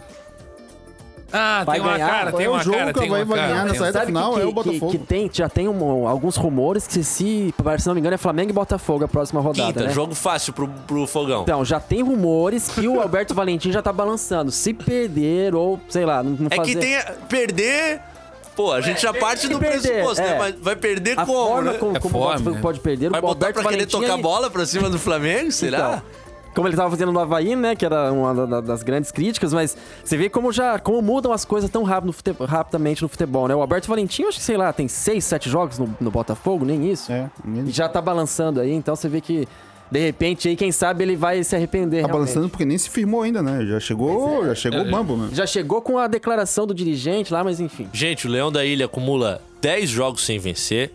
Speaker 5: Tá
Speaker 3: Ah,
Speaker 4: Vai
Speaker 3: tem uma
Speaker 4: ganhar,
Speaker 3: cara, tem
Speaker 5: é o
Speaker 3: uma
Speaker 5: jogo
Speaker 3: cara,
Speaker 5: que
Speaker 3: tem uma
Speaker 5: vai ganhar
Speaker 3: cara.
Speaker 5: nessa
Speaker 3: tem-
Speaker 5: época.
Speaker 4: Sabe
Speaker 5: final
Speaker 4: que,
Speaker 5: é o
Speaker 4: que-
Speaker 5: Botafogo.
Speaker 4: que tem, já tem um- alguns rumores que se, se não me engano, é Flamengo e Botafogo a próxima rodada,
Speaker 2: Quinta,
Speaker 4: né?
Speaker 2: jogo fácil pro, pro Fogão.
Speaker 4: Então, já tem rumores que
Speaker 2: (laughs)
Speaker 4: o Alberto Valentim já tá balançando. Se perder ou, sei lá, não, não
Speaker 2: É
Speaker 4: fazer...
Speaker 2: que tem. a- Perder. Pô, a
Speaker 3: É,
Speaker 2: gente já parte do
Speaker 4: perder,
Speaker 2: pressuposto, né?
Speaker 4: é.
Speaker 2: Mas vai perder
Speaker 4: A
Speaker 2: como?
Speaker 4: forma
Speaker 2: né?
Speaker 4: como,
Speaker 3: É
Speaker 4: como o
Speaker 3: forma,
Speaker 4: Botafogo
Speaker 3: né?
Speaker 4: pode perder,
Speaker 2: Vai
Speaker 4: o
Speaker 2: botar
Speaker 4: Alberto
Speaker 2: pra querer
Speaker 4: Valentim... é
Speaker 2: tocar
Speaker 4: ele-
Speaker 2: bola pra cima do Flamengo?
Speaker 4: Então,
Speaker 2: Será?
Speaker 4: como ele estava fazendo no Havaí, né? Que era uma da- da- das grandes críticas, mas você vê como já como mudam as coisas tão rápido no fute- rapidamente no futebol, né? O Alberto Valentim, acho que, sei lá, tem seis, sete jogos no, no Botafogo, nem isso.
Speaker 5: É, nem-
Speaker 4: E já tá balançando aí, então você vê que, de repente, aí, quem sabe ele vai se arrepender.
Speaker 5: Tá
Speaker 4: realmente.
Speaker 5: balançando porque nem se firmou ainda, né? Já chegou, já chegou o bambo, né?
Speaker 4: Já chegou com a declaração do dirigente lá, mas enfim.
Speaker 2: Gente, o Leão da Ilha acumula 10 jogos sem vencer,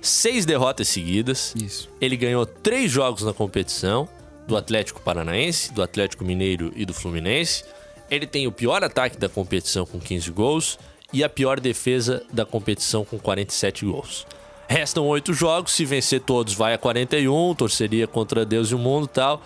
Speaker 2: 6 derrotas seguidas.
Speaker 3: Isso.
Speaker 2: Ele ganhou 3 jogos na competição, do Atlético Paranaense, do Atlético Mineiro e do Fluminense. Ele tem o pior ataque da competição com 15 gols e a pior defesa da competição com 47 gols. Restam 8 jogos, se vencer todos vai a 41, torceria contra Deus e o mundo e tal.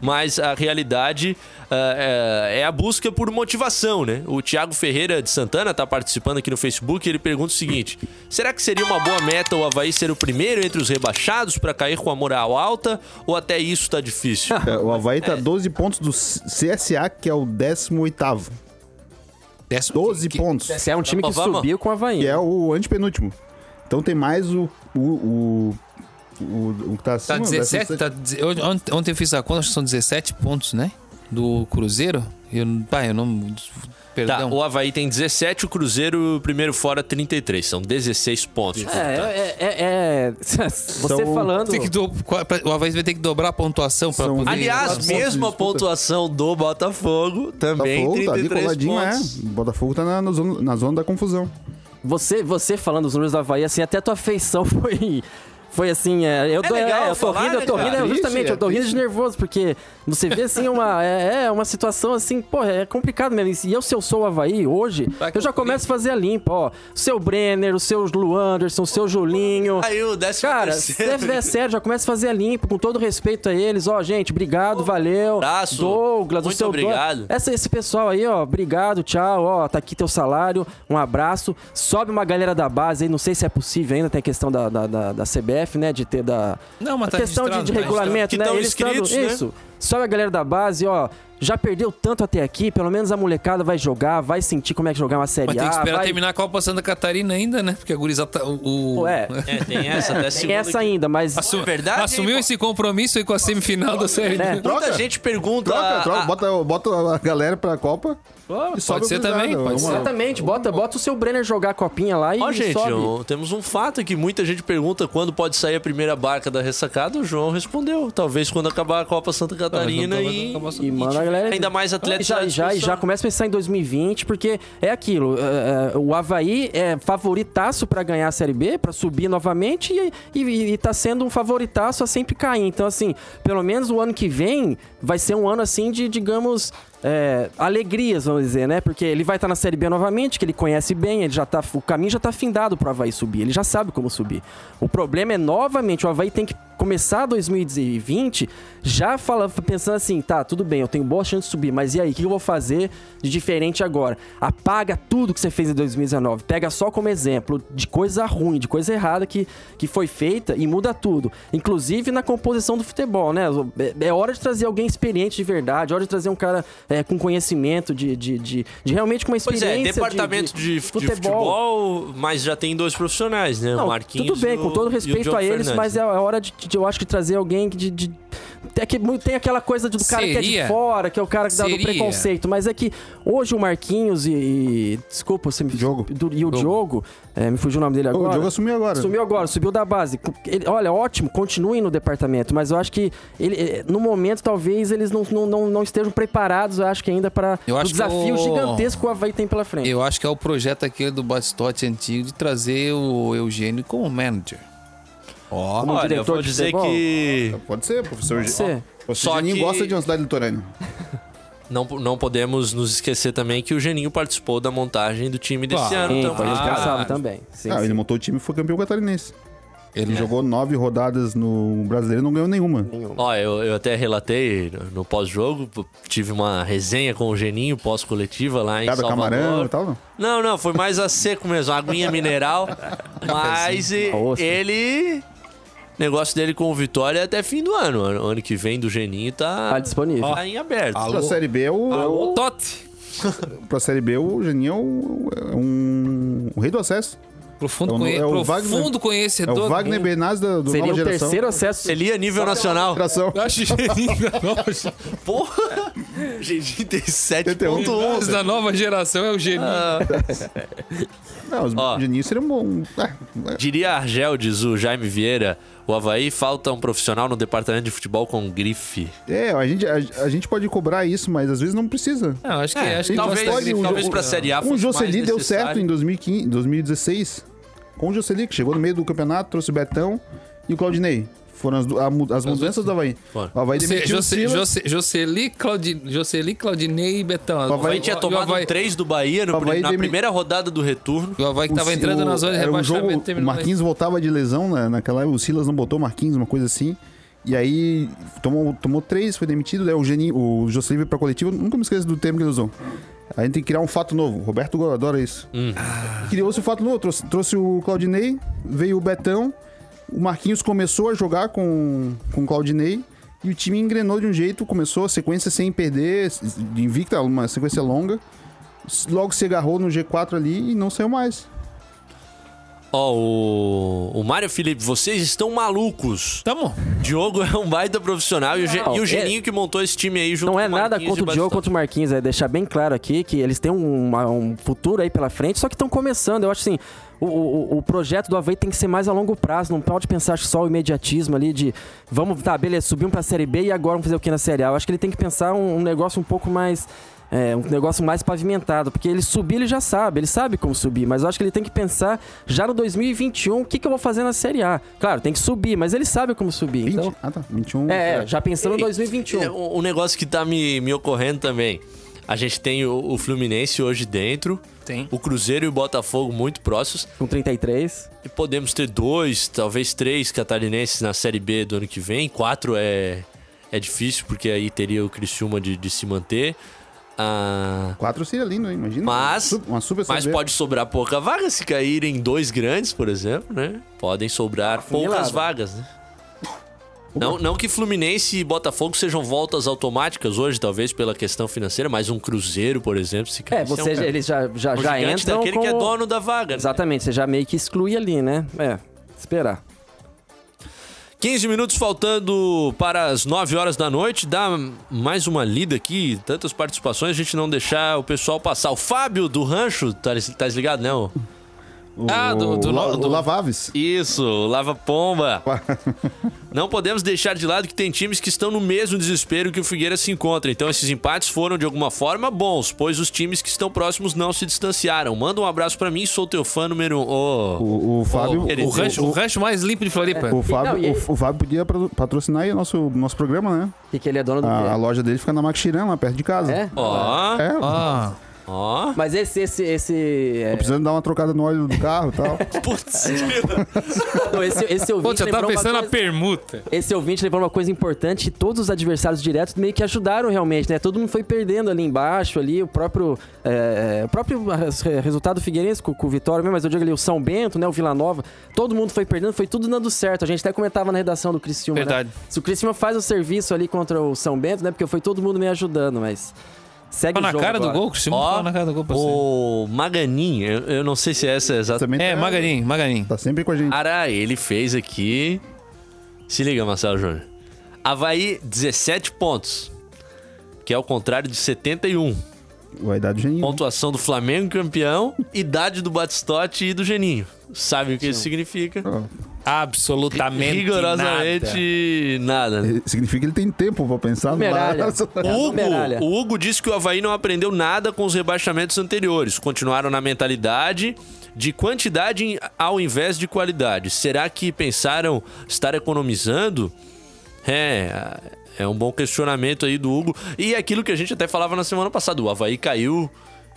Speaker 2: Mas a realidade ah, é, é a busca por motivação, né? O Thiago Ferreira de Santana tá participando aqui no Facebook e ele pergunta o seguinte: será que seria uma boa meta o Havaí ser o primeiro entre os rebaixados para cair com a moral alta? Ou até isso tá difícil?
Speaker 5: É, O Havaí tá 12 pontos do CSA, que é o 18º.
Speaker 3: Décimo-
Speaker 5: 12
Speaker 3: que-
Speaker 5: pontos.
Speaker 4: Se é um time que
Speaker 2: Vamos.
Speaker 4: subiu com o Havaí.
Speaker 5: Que é o antepenúltimo. Então tem mais o. O, o, o, o que tá
Speaker 3: Tá
Speaker 5: acima.
Speaker 3: 17, tá, deze- hoje- ont- ontem eu fiz a conta, acho que são 17 pontos, né? Do Cruzeiro. Eu, pai, eu não.
Speaker 2: Tá,
Speaker 3: Perdão.
Speaker 2: o Havaí tem 17, o Cruzeiro, primeiro fora, 33. São 16 pontos. Tá.
Speaker 4: É, é, é, é- Você
Speaker 5: São-
Speaker 4: falando.
Speaker 3: Tem que do- o Havaí vai ter que dobrar a pontuação para
Speaker 5: São
Speaker 3: poder.
Speaker 2: Aliás,
Speaker 5: Sim.
Speaker 2: mesmo a pontuação do Botafogo, também
Speaker 5: Botafogo tá ali
Speaker 2: 33
Speaker 5: coladinho,
Speaker 2: pontos.
Speaker 5: é. O Botafogo tá na, na zona, na zona da confusão.
Speaker 4: Você, você falando os números do Havaí, assim, até a tua afeição (laughs) foi. Foi assim, é, eu, tô,
Speaker 2: legal
Speaker 4: é, eu tô
Speaker 2: falar,
Speaker 4: rindo, eu tô
Speaker 2: né,
Speaker 4: rindo,
Speaker 2: cara?
Speaker 4: é, justamente,
Speaker 5: Triste,
Speaker 4: eu tô
Speaker 5: é
Speaker 4: rindo de
Speaker 5: triste.
Speaker 4: nervoso, porque você vê assim uma, (laughs) é, é uma situação assim, pô, é complicado mesmo. E eu, se eu sou o Havaí hoje,
Speaker 3: Vai
Speaker 4: eu já
Speaker 3: cumprir.
Speaker 4: começo a fazer a limpa, ó. O seu Brenner, o seu Lu Anderson, o seu Julinho.
Speaker 2: Aí o décimo
Speaker 4: Cara, se
Speaker 2: terceiro.
Speaker 4: é sério, já começa a fazer a limpa, com todo respeito a eles, ó, gente, obrigado, valeu.
Speaker 2: abraço.
Speaker 4: Douglas, o
Speaker 2: Muito
Speaker 4: seu Douglas.
Speaker 2: obrigado.
Speaker 4: Essa, esse pessoal aí, ó, obrigado, tchau, ó, tá aqui teu salário, um abraço. Sobe uma galera da base aí, não sei se é possível ainda, tem a questão da, da, da, da CBF, né, de ter da...
Speaker 3: Não, mas
Speaker 4: a
Speaker 3: tá
Speaker 4: questão de,
Speaker 3: registrado,
Speaker 4: de
Speaker 3: tá
Speaker 4: regulamento,
Speaker 2: registrado.
Speaker 4: né?
Speaker 2: Que tão
Speaker 4: Eles tando-
Speaker 2: inscritos, né?
Speaker 4: Isso. Sobe a galera da base, ó, já perdeu tanto até aqui, pelo menos a molecada vai jogar, vai sentir como é que jogar uma Série
Speaker 3: Mas tem que
Speaker 4: A,
Speaker 3: esperar
Speaker 4: vai-
Speaker 3: terminar a Copa Santa Catarina ainda, né? Porque a gurizada tá. O, o-
Speaker 4: Pô,
Speaker 3: (laughs)
Speaker 4: é,
Speaker 2: É, tem essa, até
Speaker 4: tem
Speaker 2: segunda.
Speaker 4: essa
Speaker 2: que-
Speaker 4: ainda, mas...
Speaker 3: Assu-
Speaker 2: É verdade,
Speaker 3: Assumiu
Speaker 2: hein, né?
Speaker 3: esse compromisso aí com a semifinal da Série D.
Speaker 4: É.
Speaker 2: Muita
Speaker 5: Troca.
Speaker 2: gente pergunta.
Speaker 5: Troca, troca,
Speaker 2: a-
Speaker 5: bota, bota a galera pra Copa. e sobe
Speaker 3: Pode
Speaker 5: o
Speaker 3: ser
Speaker 5: Cruzado,
Speaker 3: também, pode
Speaker 5: uma-
Speaker 4: Exatamente, bota, bota o seu Brenner jogar a copinha lá e
Speaker 2: Ó, gente,
Speaker 4: sobe.
Speaker 2: ó, temos um fato que muita gente pergunta quando pode sair a primeira barca da ressacada. O João respondeu. Talvez quando acabar a Copa Santa Catarina e.
Speaker 4: E manda a galera.
Speaker 2: Ainda mais atletas à
Speaker 4: Já, já,
Speaker 2: disposição.
Speaker 4: já começa a pensar em 2020, porque é aquilo. é, é, o Havaí é favoritaço pra ganhar a Série B, pra subir novamente, e, e, e tá sendo um favoritaço a sempre cair. Então, assim, pelo menos o ano que vem vai ser um ano assim de, digamos. é, alegrias, vamos dizer, né? Porque ele vai estar na Série B novamente, que ele conhece bem, ele já tá, o caminho já tá findado pro Havaí subir, ele já sabe como subir. O problema é, novamente, o Havaí tem que começar 2020 já fala, pensando assim, tá, tudo bem, eu tenho boa chance de subir, mas e aí, o que eu vou fazer de diferente agora? Apaga tudo que você fez em 2019, pega só como exemplo de coisa ruim, de coisa errada que, que foi feita e muda tudo. Inclusive na composição do futebol, né? É, é hora de trazer alguém experiente de verdade, é hora de trazer um cara é, com conhecimento, de, de, de, de realmente com uma
Speaker 2: Pois
Speaker 4: experiência de-
Speaker 2: é, departamento de, de futebol. mas já tem dois profissionais, né? o
Speaker 4: não,
Speaker 2: Marquinhos.
Speaker 4: Tudo bem,
Speaker 2: e o-
Speaker 4: com todo
Speaker 2: e o
Speaker 4: respeito
Speaker 2: Diogo
Speaker 4: a eles,
Speaker 2: Fernandes. né?
Speaker 4: mas é a hora de, de- eu acho que trazer alguém que de. de- tem, aque- muito- tem aquela coisa do cara que é de
Speaker 3: Seria-
Speaker 4: fora, que é o cara que dá do
Speaker 3: seria-
Speaker 4: preconceito. Mas é que hoje o Marquinhos e. e- desculpa, você me.
Speaker 5: Diogo.
Speaker 4: do- e o Diogo, é, me fugiu o nome dele
Speaker 5: Ô,
Speaker 4: agora.
Speaker 5: o jogo assumiu agora.
Speaker 4: Sumiu agora, subiu da base. Ele- olha, ótimo, continuem no departamento, mas eu acho que ele, eh, no momento talvez eles não, não, não, não estejam preparados, eu acho que ainda para
Speaker 3: Eu
Speaker 4: o
Speaker 3: acho que
Speaker 4: desafio
Speaker 3: o-
Speaker 4: gigantesco que o Havaí tem pela frente.
Speaker 3: Eu acho que é o projeto aquele do Bastotti antigo de trazer o Eugênio como manager. Ó,
Speaker 4: um
Speaker 2: Olha, eu
Speaker 4: diretor
Speaker 2: vou
Speaker 4: de
Speaker 2: dizer
Speaker 4: futebol.
Speaker 2: que
Speaker 5: Pode ser, professor. Pode
Speaker 4: ser.
Speaker 2: Só
Speaker 5: Só Geninho
Speaker 2: que-
Speaker 5: gosta de uma cidade litorânea.
Speaker 2: não, não podemos nos esquecer também que o Geninho participou da montagem do time desse
Speaker 3: Claro.
Speaker 2: ano. então,
Speaker 4: Sim,
Speaker 2: também.
Speaker 4: foi responsável
Speaker 3: Ah,
Speaker 4: é também. Sim,
Speaker 5: ah,
Speaker 4: sim.
Speaker 5: ele montou o time e foi campeão catarinense. Ele
Speaker 3: É.
Speaker 5: jogou nove rodadas no brasileiro e não ganhou nenhuma.
Speaker 2: Ó, eu, eu até relatei no pós-jogo, p- tive uma resenha com o Geninho pós-coletiva lá em
Speaker 5: Cada
Speaker 2: Salvador.
Speaker 5: camarão e tal, não.
Speaker 2: Não, não, foi mais a seco mesmo, a aguinha
Speaker 5: (laughs)
Speaker 2: mineral. mas e-
Speaker 4: ostra.
Speaker 2: ele... Negócio dele com o Vitória é até fim do ano. Ano ano que vem do Geninho tá,
Speaker 4: Tá disponível.
Speaker 2: tá em aberto.
Speaker 5: Pra Série B, é o, é o-
Speaker 3: Totti.
Speaker 5: pra série B, o Geninho é, o- é um, o rei do acesso.
Speaker 3: Profundo,
Speaker 5: É o-
Speaker 3: conhe-
Speaker 5: é o
Speaker 3: profundo
Speaker 5: Wagner- É
Speaker 3: conhecedor.
Speaker 5: o Wagner Benaz da do
Speaker 4: Seria
Speaker 5: nova
Speaker 4: o
Speaker 5: geração.
Speaker 4: terceiro acesso.
Speaker 2: Ele é nível nacional. (laughs)
Speaker 5: geração.
Speaker 3: Eu acho genial. Nossa.
Speaker 5: (laughs)
Speaker 3: (laughs)
Speaker 2: Porra! (laughs) Gente, tem 7.1.
Speaker 3: Esse da nova geração é o gênio.
Speaker 5: Não, os
Speaker 2: Ó.
Speaker 5: Juninho seria um bom. É,
Speaker 2: Diria Argel, diz o Jaime Vieira, o Havaí falta um profissional no departamento de futebol com grife.
Speaker 5: é, a gente, a, a gente pode cobrar isso, mas às vezes não precisa.
Speaker 3: Não, Ah, acho que, acho que
Speaker 2: É, talvez
Speaker 3: basta-
Speaker 5: pode um
Speaker 2: talvez
Speaker 5: jogo-
Speaker 2: pra Série A
Speaker 5: Com o
Speaker 2: fosse
Speaker 5: Jocely
Speaker 2: mais
Speaker 5: deu
Speaker 2: necessário.
Speaker 5: certo em 2015, 2016. Com o Jocely, que chegou no meio do campeonato, trouxe o Betão e o Claudinei. Foram as, du- a mu- as mudanças do Havaí.
Speaker 2: Foram.
Speaker 5: O Havaí
Speaker 3: José-
Speaker 5: demitiu o
Speaker 3: José-
Speaker 5: Silas.
Speaker 3: José- Jocely, Claudi- Jocely, Claudinei e Betão.
Speaker 5: O
Speaker 2: O Havaí
Speaker 5: Havaí-
Speaker 2: tinha
Speaker 3: o
Speaker 2: tomado
Speaker 3: Havaí-
Speaker 2: um 3 do Bahia no
Speaker 5: o Havaí
Speaker 2: prim- na
Speaker 5: demi-
Speaker 2: primeira rodada do retorno.
Speaker 3: O Havaí que
Speaker 5: O
Speaker 3: tava
Speaker 5: Si-
Speaker 3: entrando
Speaker 5: o-
Speaker 3: na zona de
Speaker 5: era um
Speaker 3: rebaixamento.
Speaker 5: jogo, o
Speaker 3: terminou em-
Speaker 5: Marquinhos voltava de lesão na- naquela época, o Silas não botou o Marquinhos, uma coisa assim. E aí tomou, tomou três, foi demitido, daí o Geni, o Jocely veio pra coletiva, nunca me esqueço do termo que ele usou. A gente tem que criar um fato novo. O Roberto Gol adora isso. Criou-se o fato novo, trouxe, trouxe o Claudinei, veio o Betão, o Marquinhos começou a jogar com, com o Claudinei. E o time engrenou de um jeito, começou a sequência sem perder, de invicta, uma sequência longa. Logo se agarrou no G4 ali e não saiu mais.
Speaker 2: Ó, o, o Mário Felipe, vocês estão malucos.
Speaker 3: Tamo.
Speaker 2: Diogo é um baita profissional e o, Ge-
Speaker 4: Não,
Speaker 2: e o
Speaker 4: é-
Speaker 2: Geninho que montou esse time aí junto
Speaker 4: Não é
Speaker 2: com
Speaker 4: nada
Speaker 2: Marquinhos
Speaker 4: contra o
Speaker 2: e
Speaker 4: Diogo,
Speaker 2: Batistão.
Speaker 4: contra o Marquinhos. É deixar bem claro aqui que eles têm um, uma- um futuro aí pela frente, só que estão começando. Eu acho assim, o, o- o projeto do Havaí tem que ser mais a longo prazo. Não pode pensar só o imediatismo ali de vamos, tá, beleza, subimos pra Série B e agora vamos fazer o que na Série A. Eu acho que ele tem que pensar um, um negócio um pouco mais... é, um negócio mais pavimentado, porque ele subir, ele já sabe, ele sabe como subir, mas eu acho que ele tem que pensar já no 2021 o que, que eu vou fazer na Série A. Claro, tem que subir, mas ele sabe como subir.
Speaker 5: 20?
Speaker 4: Então,
Speaker 5: Ah, tá. 21.
Speaker 4: é, é, já pensando em 2021.
Speaker 2: É, Um um negócio que tá me, me ocorrendo também. A gente tem o, o Fluminense hoje dentro.
Speaker 3: Tem.
Speaker 2: O Cruzeiro e o Botafogo muito próximos.
Speaker 4: Com 33.
Speaker 2: E podemos ter dois, talvez três catarinenses na Série B do ano que vem. Quatro é, é difícil, porque aí teria o Criciúma de, de se manter. Ah,
Speaker 5: 4 seria lindo, hein? Imagina.
Speaker 2: Mas-
Speaker 5: Uma su- Uma super
Speaker 2: mas
Speaker 5: CB.
Speaker 2: pode sobrar pouca vaga se caírem dois grandes, por exemplo, né? Podem sobrar poucas
Speaker 4: Afunilada.
Speaker 2: vagas, né? Não, não que Fluminense e Botafogo sejam voltas automáticas hoje, talvez pela questão financeira, mas um Cruzeiro, por exemplo, se cair.
Speaker 4: É, você,
Speaker 2: é um,
Speaker 4: eles já, já,
Speaker 2: um
Speaker 4: já
Speaker 2: gigante
Speaker 4: entram
Speaker 2: daquele
Speaker 4: com...
Speaker 2: que é dono da vaga. né?
Speaker 4: Exatamente, você já meio que exclui ali, né? É, esperar.
Speaker 2: 15 minutos faltando para as 9 horas da noite. Dá mais uma lida aqui, tantas participações, a gente não deixar o pessoal passar. O Fábio do Rancho, tá, tá ligado, né? O-
Speaker 5: O,
Speaker 3: Ah, do- do-
Speaker 5: o La-
Speaker 3: do-
Speaker 5: o Lavaves.
Speaker 2: Isso, o Lava Pomba. Não podemos deixar de lado que tem times que estão no mesmo desespero que o Figueira se encontra. Então esses empates foram de alguma forma bons, pois os times que estão próximos não se distanciaram. Manda um abraço pra mim, sou teu fã número 1. Um. Ô,
Speaker 5: O, É. o Fábio.
Speaker 2: querido.
Speaker 3: O rancho, o rancho mais limpo de Floripa.
Speaker 5: o Fábio,
Speaker 4: Não, e aí-
Speaker 5: o, o Fábio podia pro- patrocinar aí o nosso, nosso programa, né?
Speaker 4: E que ele é dono do
Speaker 5: A, a
Speaker 4: quê?
Speaker 5: loja dele fica na Maxiran, lá perto de casa.
Speaker 4: É?
Speaker 2: Ó,
Speaker 5: É,
Speaker 3: Ah,
Speaker 4: (laughs)
Speaker 2: ó.
Speaker 4: Mas esse, esse, esse... é,
Speaker 5: tô precisando dar uma trocada no óleo do carro e tal.
Speaker 2: Putz,
Speaker 4: não, esse, esse
Speaker 3: pô,
Speaker 4: ouvinte
Speaker 3: você tá
Speaker 4: lembrou uma
Speaker 3: pensando na
Speaker 4: coisa-
Speaker 3: permuta.
Speaker 4: Esse ouvinte levou uma coisa importante, todos os adversários diretos meio que ajudaram realmente, né? Todo mundo foi perdendo ali embaixo, ali, o próprio, é, é, o próprio res- resultado do Figueirense com, com o Vitória mesmo, mas eu digo ali o São Bento, né? O Vila Nova, todo mundo foi perdendo, foi tudo dando certo. A gente até comentava na redação do Criciúma, né?
Speaker 3: Verdade.
Speaker 4: Se o Criciúma faz o serviço ali contra o São Bento, né? Porque foi todo mundo meio ajudando, mas segue
Speaker 3: Fala
Speaker 4: o
Speaker 3: na
Speaker 4: jogo
Speaker 3: cara do
Speaker 4: agora.
Speaker 3: gol, Cristiano.
Speaker 2: ó.
Speaker 3: Fala na cara do gol pra você.
Speaker 2: O Maganin, eu, eu não sei se essa é Ah, exata.
Speaker 5: Também
Speaker 3: É,
Speaker 5: tá,
Speaker 3: Magarim, Magarim.
Speaker 5: Tá sempre com a gente.
Speaker 2: Cara, ele fez aqui. Se liga, Marcelo Júnior. Havaí, 17 pontos. Que é o contrário de 71.
Speaker 5: Vai dar do geninho.
Speaker 2: Pontuação do Flamengo campeão, idade do Batistote e do Geninho. Sabe o que isso significa?
Speaker 3: Absolutamente nada.
Speaker 2: Rigorosamente nada. né?
Speaker 5: É, Significa que ele tem tempo pra pensar no
Speaker 4: Numeralha.
Speaker 5: (laughs) Não,
Speaker 2: Hugo,
Speaker 4: Numeralha.
Speaker 2: o Hugo disse que o Havaí não aprendeu nada com os rebaixamentos anteriores. Continuaram na mentalidade de quantidade em- ao invés de qualidade. Será que pensaram estar economizando? É, é um bom questionamento aí do Hugo. E é aquilo que a gente até falava na semana passada, o Havaí caiu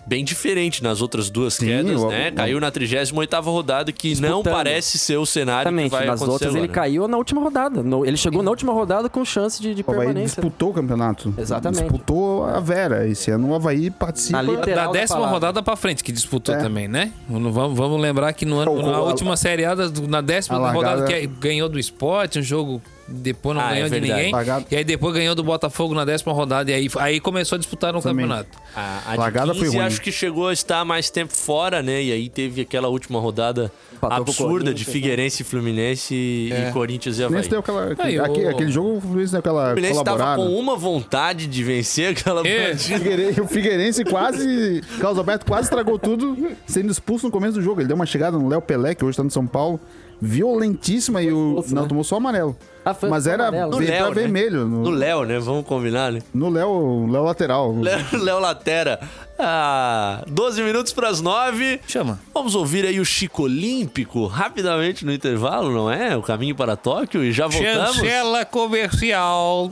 Speaker 2: bem diferente nas outras duas quedas,
Speaker 5: o-
Speaker 2: né?
Speaker 5: o-
Speaker 2: Caiu na 38ª rodada, que não
Speaker 4: Disputando.
Speaker 2: parece ser o cenário que
Speaker 4: Exatamente,
Speaker 2: vai
Speaker 4: nas
Speaker 2: acontecer
Speaker 4: outras
Speaker 2: agora,
Speaker 4: ele
Speaker 2: né?
Speaker 4: caiu na última rodada. No- ele chegou na última rodada com chance de, de
Speaker 5: O Havaí
Speaker 4: permanência.
Speaker 5: disputou o campeonato.
Speaker 4: Exatamente.
Speaker 5: Disputou a Vera. Esse ano o Havaí participa.
Speaker 4: Na
Speaker 3: Da
Speaker 4: literal
Speaker 3: décima
Speaker 4: palavra.
Speaker 3: rodada pra frente, que disputou
Speaker 5: É.
Speaker 3: também, né? Vamos, vamos lembrar que no ano,
Speaker 5: O-
Speaker 3: na
Speaker 5: o-
Speaker 3: última Série A, da- na décima
Speaker 5: a largada-
Speaker 3: rodada, que ganhou do esporte, um jogo depois não
Speaker 2: Ah, é
Speaker 3: ganhou de
Speaker 2: verdade.
Speaker 3: ninguém.
Speaker 5: Pagado.
Speaker 3: E aí depois ganhou do Botafogo na décima rodada. E aí, aí começou a disputar no
Speaker 5: Também.
Speaker 3: campeonato.
Speaker 2: A, a
Speaker 5: Largada
Speaker 2: de
Speaker 5: foi
Speaker 2: 15
Speaker 5: ruim.
Speaker 2: acho que chegou a estar mais tempo fora, né? E aí teve aquela última rodada
Speaker 4: Empatou com o
Speaker 2: absurda de
Speaker 4: Corinthians,
Speaker 2: Figueirense e Fluminense e- e Corinthians e
Speaker 5: O
Speaker 2: Havaí.
Speaker 5: Fluminense deu aquela.
Speaker 3: Aí, o-
Speaker 5: aquele, aquele jogo, o Fluminense deu aquela
Speaker 2: O Fluminense tava
Speaker 5: colaborada.
Speaker 2: com um- uma vontade de vencer aquela
Speaker 3: (laughs) É.
Speaker 2: partida.
Speaker 5: O Figueirense- O Figueirense quase. Carlos Alberto quase estragou tudo, sendo expulso no começo do jogo. Ele deu uma chegada no Léo Pelé, que hoje tá no São Paulo, violentíssima e o.
Speaker 4: expulso,
Speaker 5: não,
Speaker 4: né?
Speaker 5: tomou só amarelo.
Speaker 4: Ah, foi
Speaker 5: Mas
Speaker 4: só
Speaker 5: era
Speaker 4: amarelo.
Speaker 2: No
Speaker 5: ver- pra
Speaker 2: Léo, né?
Speaker 5: vermelho.
Speaker 2: No
Speaker 5: No
Speaker 2: Léo, né? Vamos combinar, né? (laughs)
Speaker 5: no Léo Léo lateral. É.
Speaker 2: Léo- Léo Latera. Ah, 12 minutos pras 9.
Speaker 3: Chama.
Speaker 2: Vamos ouvir aí o Chico Olímpico rapidamente no intervalo, não é? O caminho para Tóquio e já voltamos.
Speaker 3: Chancela comercial.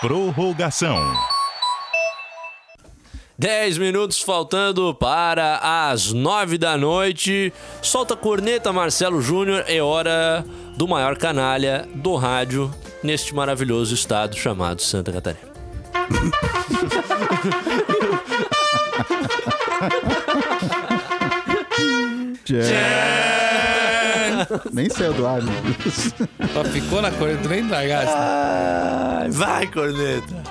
Speaker 1: Prorrogação.
Speaker 2: 10 minutos faltando para as 9 da noite. Solta a corneta, Marcelo Júnior. É hora do maior canalha do rádio neste maravilhoso estado chamado Santa Catarina.
Speaker 5: Nem sei, Eduardo.
Speaker 3: Só ficou na cor do nem largaste.
Speaker 2: Vai, corneta!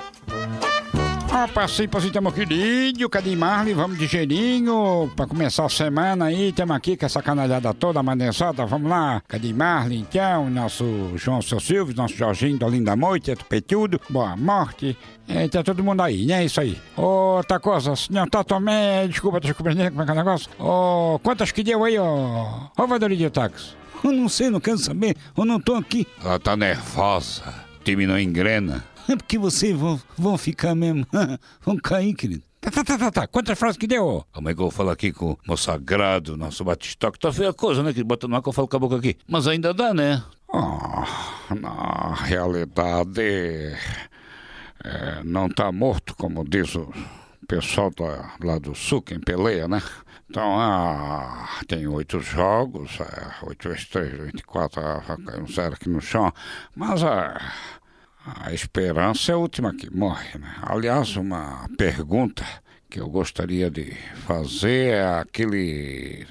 Speaker 8: Ah, passei pra você, meu querido, cadê Marley? Vamos de cheirinho pra começar a semana aí. Temos aqui com essa canalhada toda amanhãzada. Vamos lá, cadê Marley? Então, nosso João Seu Silvio, nosso Jorginho da Linda Moita, do Petudo, Boa Morte. É, tá todo mundo aí, né? Isso aí. Outra coisa, senhor Tatomé, desculpa, desculpa, né? como é que é o negócio? Ô, quantas que deu aí, ó? Ô, Vadorinho de táxi. Eu não sei, não quero saber, eu não tô aqui. Ela tá nervosa, o time não engrena. É porque vocês vão, vão ficar mesmo. (laughs) vão cair, querido. Tá, tá, tá, tá, tá. Quantas frases que deu? Como é que eu vou falar aqui com o meu sagrado, nosso batistoque? Tá feia a coisa, né? Que bota no ar que eu falo com a boca aqui. Mas ainda dá, né? Ah, na realidade. é, não tá morto, como diz o pessoal da- lá do sul, quem peleia, né? Então, ah, tem oito jogos, é, oito vezes três, vinte e quatro, ah, caiu um zero aqui no chão. Mas, ah, a esperança é a última que morre, né? Aliás, uma pergunta que eu gostaria de fazer é aquele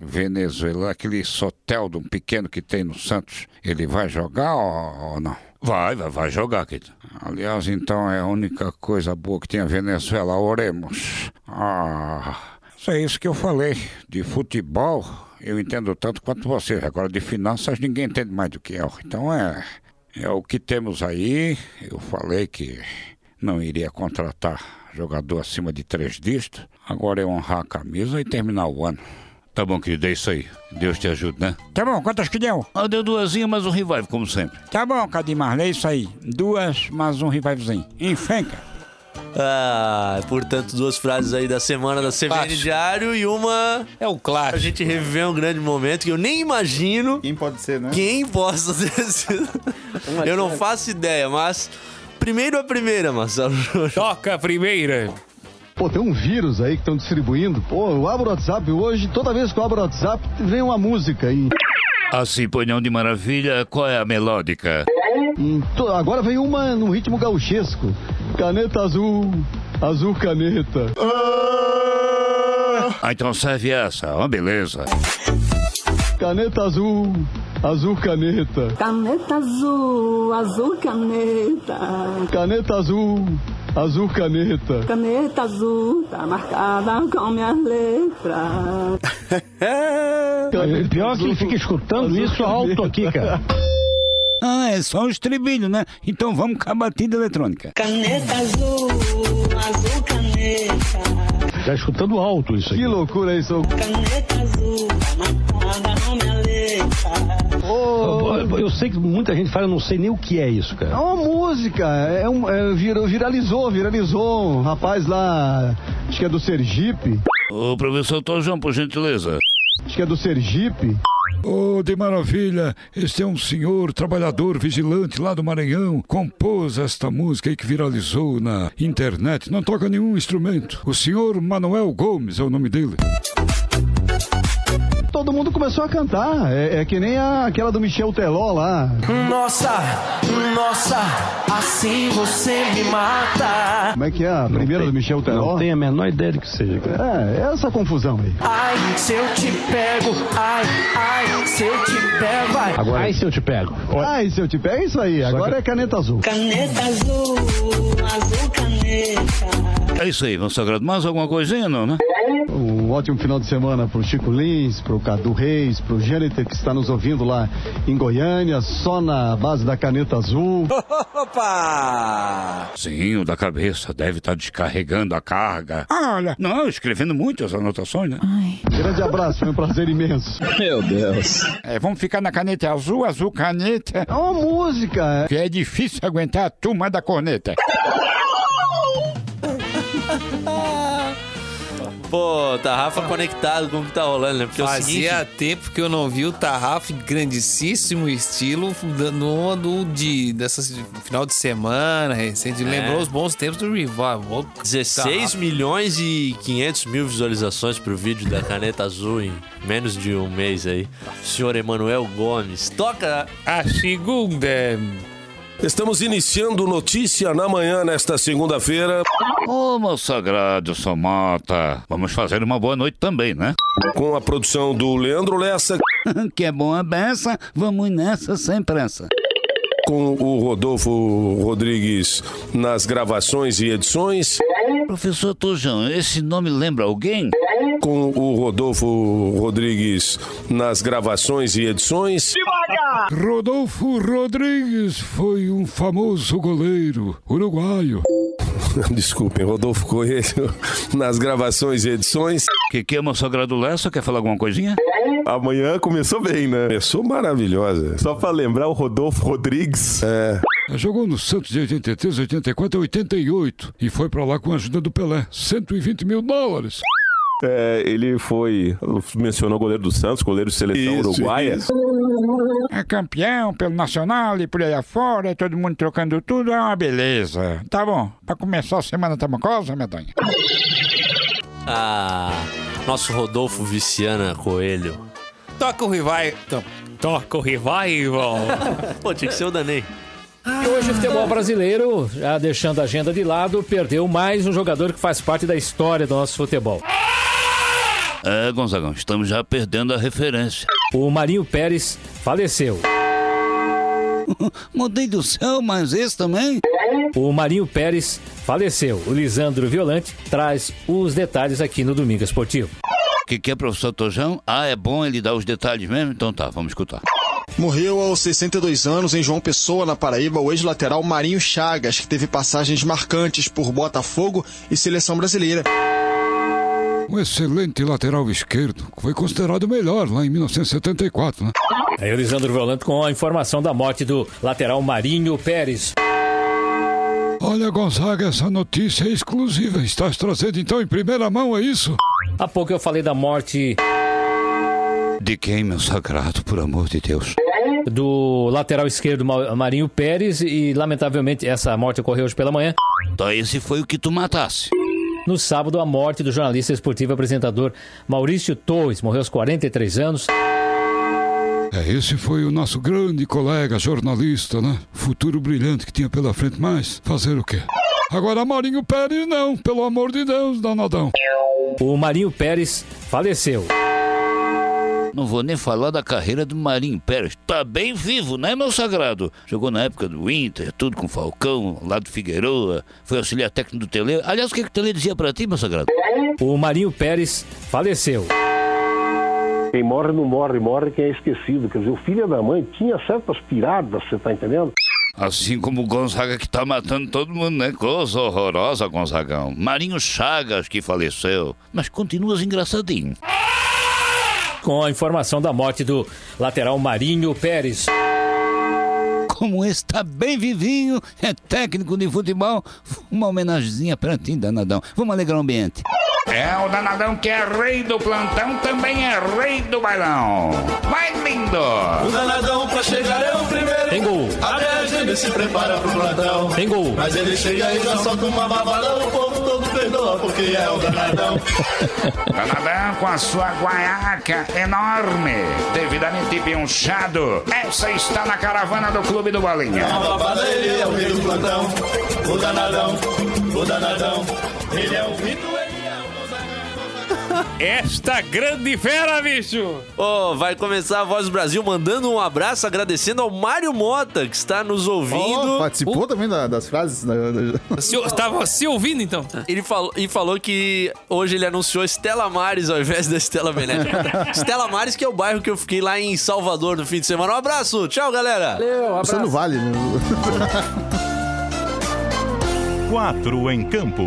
Speaker 8: venezuelano, aquele sotel de um pequeno que tem no Santos, ele vai jogar ou, ou não? Vai, vai, vai jogar, querido. Aliás, então é a única coisa boa que tem a Venezuela, oremos. Ah, isso é isso que eu falei. De futebol, eu entendo tanto quanto você. Agora, de finanças, ninguém entende mais do que eu. Então é. É o que temos aí. Eu falei que não iria contratar jogador acima de três dígitos. Agora é honrar a camisa e terminar o ano. Tá bom, querido, é isso aí. Deus te ajude, né? Tá bom, quantas que deu? Ah, deu duasinha, mas um revive, como sempre. Tá bom, Cadimar, é isso aí. Duas, mais um revivezinho. Enfenca.
Speaker 2: Ah, portanto, duas frases aí da semana da CBN
Speaker 3: Fácil.
Speaker 2: Diário e uma
Speaker 3: É o
Speaker 2: a
Speaker 3: clássico.
Speaker 2: gente reviveu um grande momento que eu nem imagino
Speaker 5: Quem pode ser, né?
Speaker 2: quem possa ter sido. Eu não faço ideia, mas primeiro a primeira, Marcelo Júnior.
Speaker 3: Toca a primeira.
Speaker 9: Pô, tem um vírus aí que estão distribuindo. Pô, eu abro o WhatsApp hoje, toda vez que eu abro o WhatsApp, vem uma música aí.
Speaker 8: Assim, ponhão de maravilha, qual é a melódica?
Speaker 9: Em to- Hum, Agora vem uma num ritmo gauchesco. Caneta azul, azul caneta.
Speaker 8: Ah, então serve essa. Ó, beleza.
Speaker 9: Caneta azul, azul caneta.
Speaker 10: Caneta azul, azul caneta.
Speaker 9: Caneta azul, azul caneta.
Speaker 10: Caneta azul tá marcada com minhas letras.
Speaker 9: Caneta
Speaker 8: Pior que fica escutando isso alto aqui, cara. Ah, é só um estribilho, né? Então vamos com a batida eletrônica.
Speaker 10: Caneta azul, azul caneta.
Speaker 9: Tá escutando alto isso aí. Que loucura isso.
Speaker 10: Caneta azul tá marcada com minha letra.
Speaker 9: Eu sei que muita gente fala, eu não sei nem o que é isso, cara. É uma música, é um, é, virou- viralizou, viralizou. Um rapaz lá, acho que é do Sergipe,
Speaker 8: Ô, professor Tojão, por gentileza.
Speaker 9: acho que é do Sergipe.
Speaker 8: Oh, de maravilha! Este é um senhor trabalhador vigilante lá do Maranhão. Compôs esta música aí que viralizou na internet. Não toca nenhum instrumento. O senhor Manuel Gomes é o nome dele.
Speaker 9: Tô todo mundo começou a cantar. É, é que nem a- aquela do Michel Teló lá.
Speaker 11: Nossa, nossa, assim você me mata.
Speaker 9: Como é que é a primeira do Michel Teló?
Speaker 4: né?
Speaker 9: Não tenho a menor ideia do que seja. É, é essa confusão aí.
Speaker 11: Ai, se eu te pego, ai, ai, se eu te pego, vai.
Speaker 9: Ai, se eu te pego. Ai, se eu te pego, é isso aí. Agora é caneta azul.
Speaker 11: Caneta azul, azul caneta.
Speaker 12: É isso aí, meu sagrado. Mais alguma coisinha, não, né?
Speaker 9: Um ótimo final de semana pro Chico Lins, pro Cadu Reis, pro Jâniter que está nos ouvindo lá em Goiânia, só na base da caneta azul.
Speaker 12: Opa! Sim, o da cabeça deve estar descarregando a carga.
Speaker 8: Ah, Olha,
Speaker 12: Não, escrevendo muito as anotações, né?
Speaker 9: Grande abraço, foi um prazer imenso.
Speaker 12: Meu Deus.
Speaker 8: É, vamos ficar na caneta azul, azul caneta.
Speaker 9: É uma música.
Speaker 8: Que é difícil aguentar a turma da corneta.
Speaker 2: Pô, Tarrafa conectado com o que tá rolando, né? Porque é o seguinte...
Speaker 3: Fazia tempo que eu não vi o Tarrafo em grandíssimo estilo no, no de, dessas final de semana recente.
Speaker 2: É.
Speaker 3: Lembrou os bons tempos do Revival.
Speaker 2: 16 milhões e 500 mil visualizações pro vídeo da caneta azul em menos de um mês aí. Senhor Emanuel Gomes, toca
Speaker 3: a segunda.
Speaker 13: Estamos iniciando notícia na manhã nesta segunda-feira.
Speaker 12: Ô, meu sagrado, Somata. Vamos fazer uma boa noite também, né?
Speaker 13: Com a produção do Leandro Lessa.
Speaker 12: (laughs) que é boa beça, vamos nessa sem pressa.
Speaker 13: Com o Rodolfo Rodrigues nas gravações e edições.
Speaker 12: Professor Tujão, esse nome lembra alguém?
Speaker 13: Com o Rodolfo Rodrigues nas gravações e edições.
Speaker 8: Rodolfo Rodrigues foi um famoso goleiro uruguaio.
Speaker 13: (laughs) Desculpem, Rodolfo Coelho (laughs) nas gravações e edições.
Speaker 12: Que que é, meu sagrado Lessa? Quer falar alguma coisinha?
Speaker 13: Amanhã começou bem, né? Começou maravilhosa. Só pra lembrar o Rodolfo Rodrigues. É.
Speaker 8: Jogou no Santos de 83, 84 e 88 e foi pra lá com a ajuda do Pelé, 120 mil dólares.
Speaker 14: É, ele foi. Mencionou o goleiro do Santos, goleiro de seleção uruguaia.
Speaker 8: É campeão pelo Nacional e por aí afora, todo mundo trocando tudo, é uma beleza. Tá bom, pra começar a semana tá tamancosa, medonha.
Speaker 2: a nosso Rodolfo Viciana Coelho.
Speaker 3: Toca o Revival. Toca o Revival.
Speaker 2: Pô, tinha que ser o Danei.
Speaker 15: E hoje o futebol brasileiro, já deixando a agenda de lado, perdeu mais um jogador que faz parte da história do nosso futebol.
Speaker 12: É, Gonzagão, estamos já perdendo a referência.
Speaker 15: O Marinho Pérez faleceu.
Speaker 12: Mudei do céu, mas esse também?
Speaker 15: O Marinho Pérez faleceu. O Lisandro Violante traz os detalhes aqui no Domingo Esportivo.
Speaker 12: O que, que é, professor Tojão? Ah, é bom ele dar os detalhes mesmo? Então tá, vamos escutar.
Speaker 16: Morreu aos 62 anos em João Pessoa, na Paraíba, o ex-lateral Marinho Chagas, que teve passagens marcantes por Botafogo e seleção brasileira.
Speaker 8: Um excelente lateral esquerdo, que foi considerado o melhor lá em 1974, né?
Speaker 15: Aí o Lisandro Violante com a informação da morte do lateral Marinho Pérez.
Speaker 8: Olha, Gonzaga, essa notícia é exclusiva. Estás trazendo então em primeira mão, é isso?
Speaker 15: Há pouco eu falei da morte
Speaker 12: De quem, meu sagrado, por amor de Deus?
Speaker 15: do lateral esquerdo Ma- Marinho Pérez e, lamentavelmente, essa morte ocorreu hoje pela manhã.
Speaker 12: Então esse foi o que tu matasse.
Speaker 15: No sábado, a morte do jornalista esportivo e apresentador Maurício Torres, morreu aos 43 anos.
Speaker 8: É, esse foi o nosso grande colega jornalista, né? Futuro brilhante que tinha pela frente, mas fazer o quê? Agora Marinho Pérez não, pelo amor de Deus, danadão.
Speaker 15: O Marinho Pérez faleceu.
Speaker 12: Não vou nem falar da carreira do Marinho Pérez. Tá bem vivo, né, meu sagrado? Jogou na época do Inter, tudo com Falcão, lá do Figueiroa, foi auxiliar técnico do Tele. Aliás, o que, que o Tele dizia pra ti, meu sagrado?
Speaker 15: O Marinho Pérez faleceu.
Speaker 17: Quem morre não morre, morre quem é esquecido. Quer dizer, o filho da mãe tinha certas piradas, você tá entendendo?
Speaker 12: Assim como o Gonzaga que tá matando todo mundo, né? Coisa horrorosa, Gonzagão. Marinho Chagas que faleceu, mas continuas engraçadinho.
Speaker 15: Com a informação da morte do lateral Marinho Pérez.
Speaker 12: Como esse tá bem vivinho, é técnico de futebol, uma homenagenzinha pra ti, danadão. Vamos alegrar o ambiente.
Speaker 8: É, o danadão que é rei do plantão também é rei do bailão. Vai, lindo!
Speaker 11: O danadão pra chegar é o primeiro.
Speaker 8: Tem gol.
Speaker 11: Até a gente se prepara pro plantão.
Speaker 8: Tem gol.
Speaker 11: Mas ele chega e já solta uma babalão. O povo todo perdoa porque é o danadão.
Speaker 8: Danadão com a sua guaiaca enorme, devidamente pinchado. Essa está na caravana do Clube do Bolinha.
Speaker 11: Uma babada ele é o rei do plantão. O danadão, o danadão. Ele é o Vitor.
Speaker 2: Esta grande fera, bicho! Ô, vai começar a Voz do Brasil mandando um abraço, agradecendo ao Mário Mota, que está nos ouvindo.
Speaker 5: Participou também da- das frases? né? da- da-
Speaker 3: Um
Speaker 2: Se, tava se ouvindo, então? Ele falou, e falou que hoje ele anunciou Estela Mares ao invés da Estela Benéfica. Estela Mares, que é o bairro que eu fiquei lá em Salvador no fim de semana. Um abraço! Tchau, galera!
Speaker 5: Você não vale, né?
Speaker 1: Quatro em campo.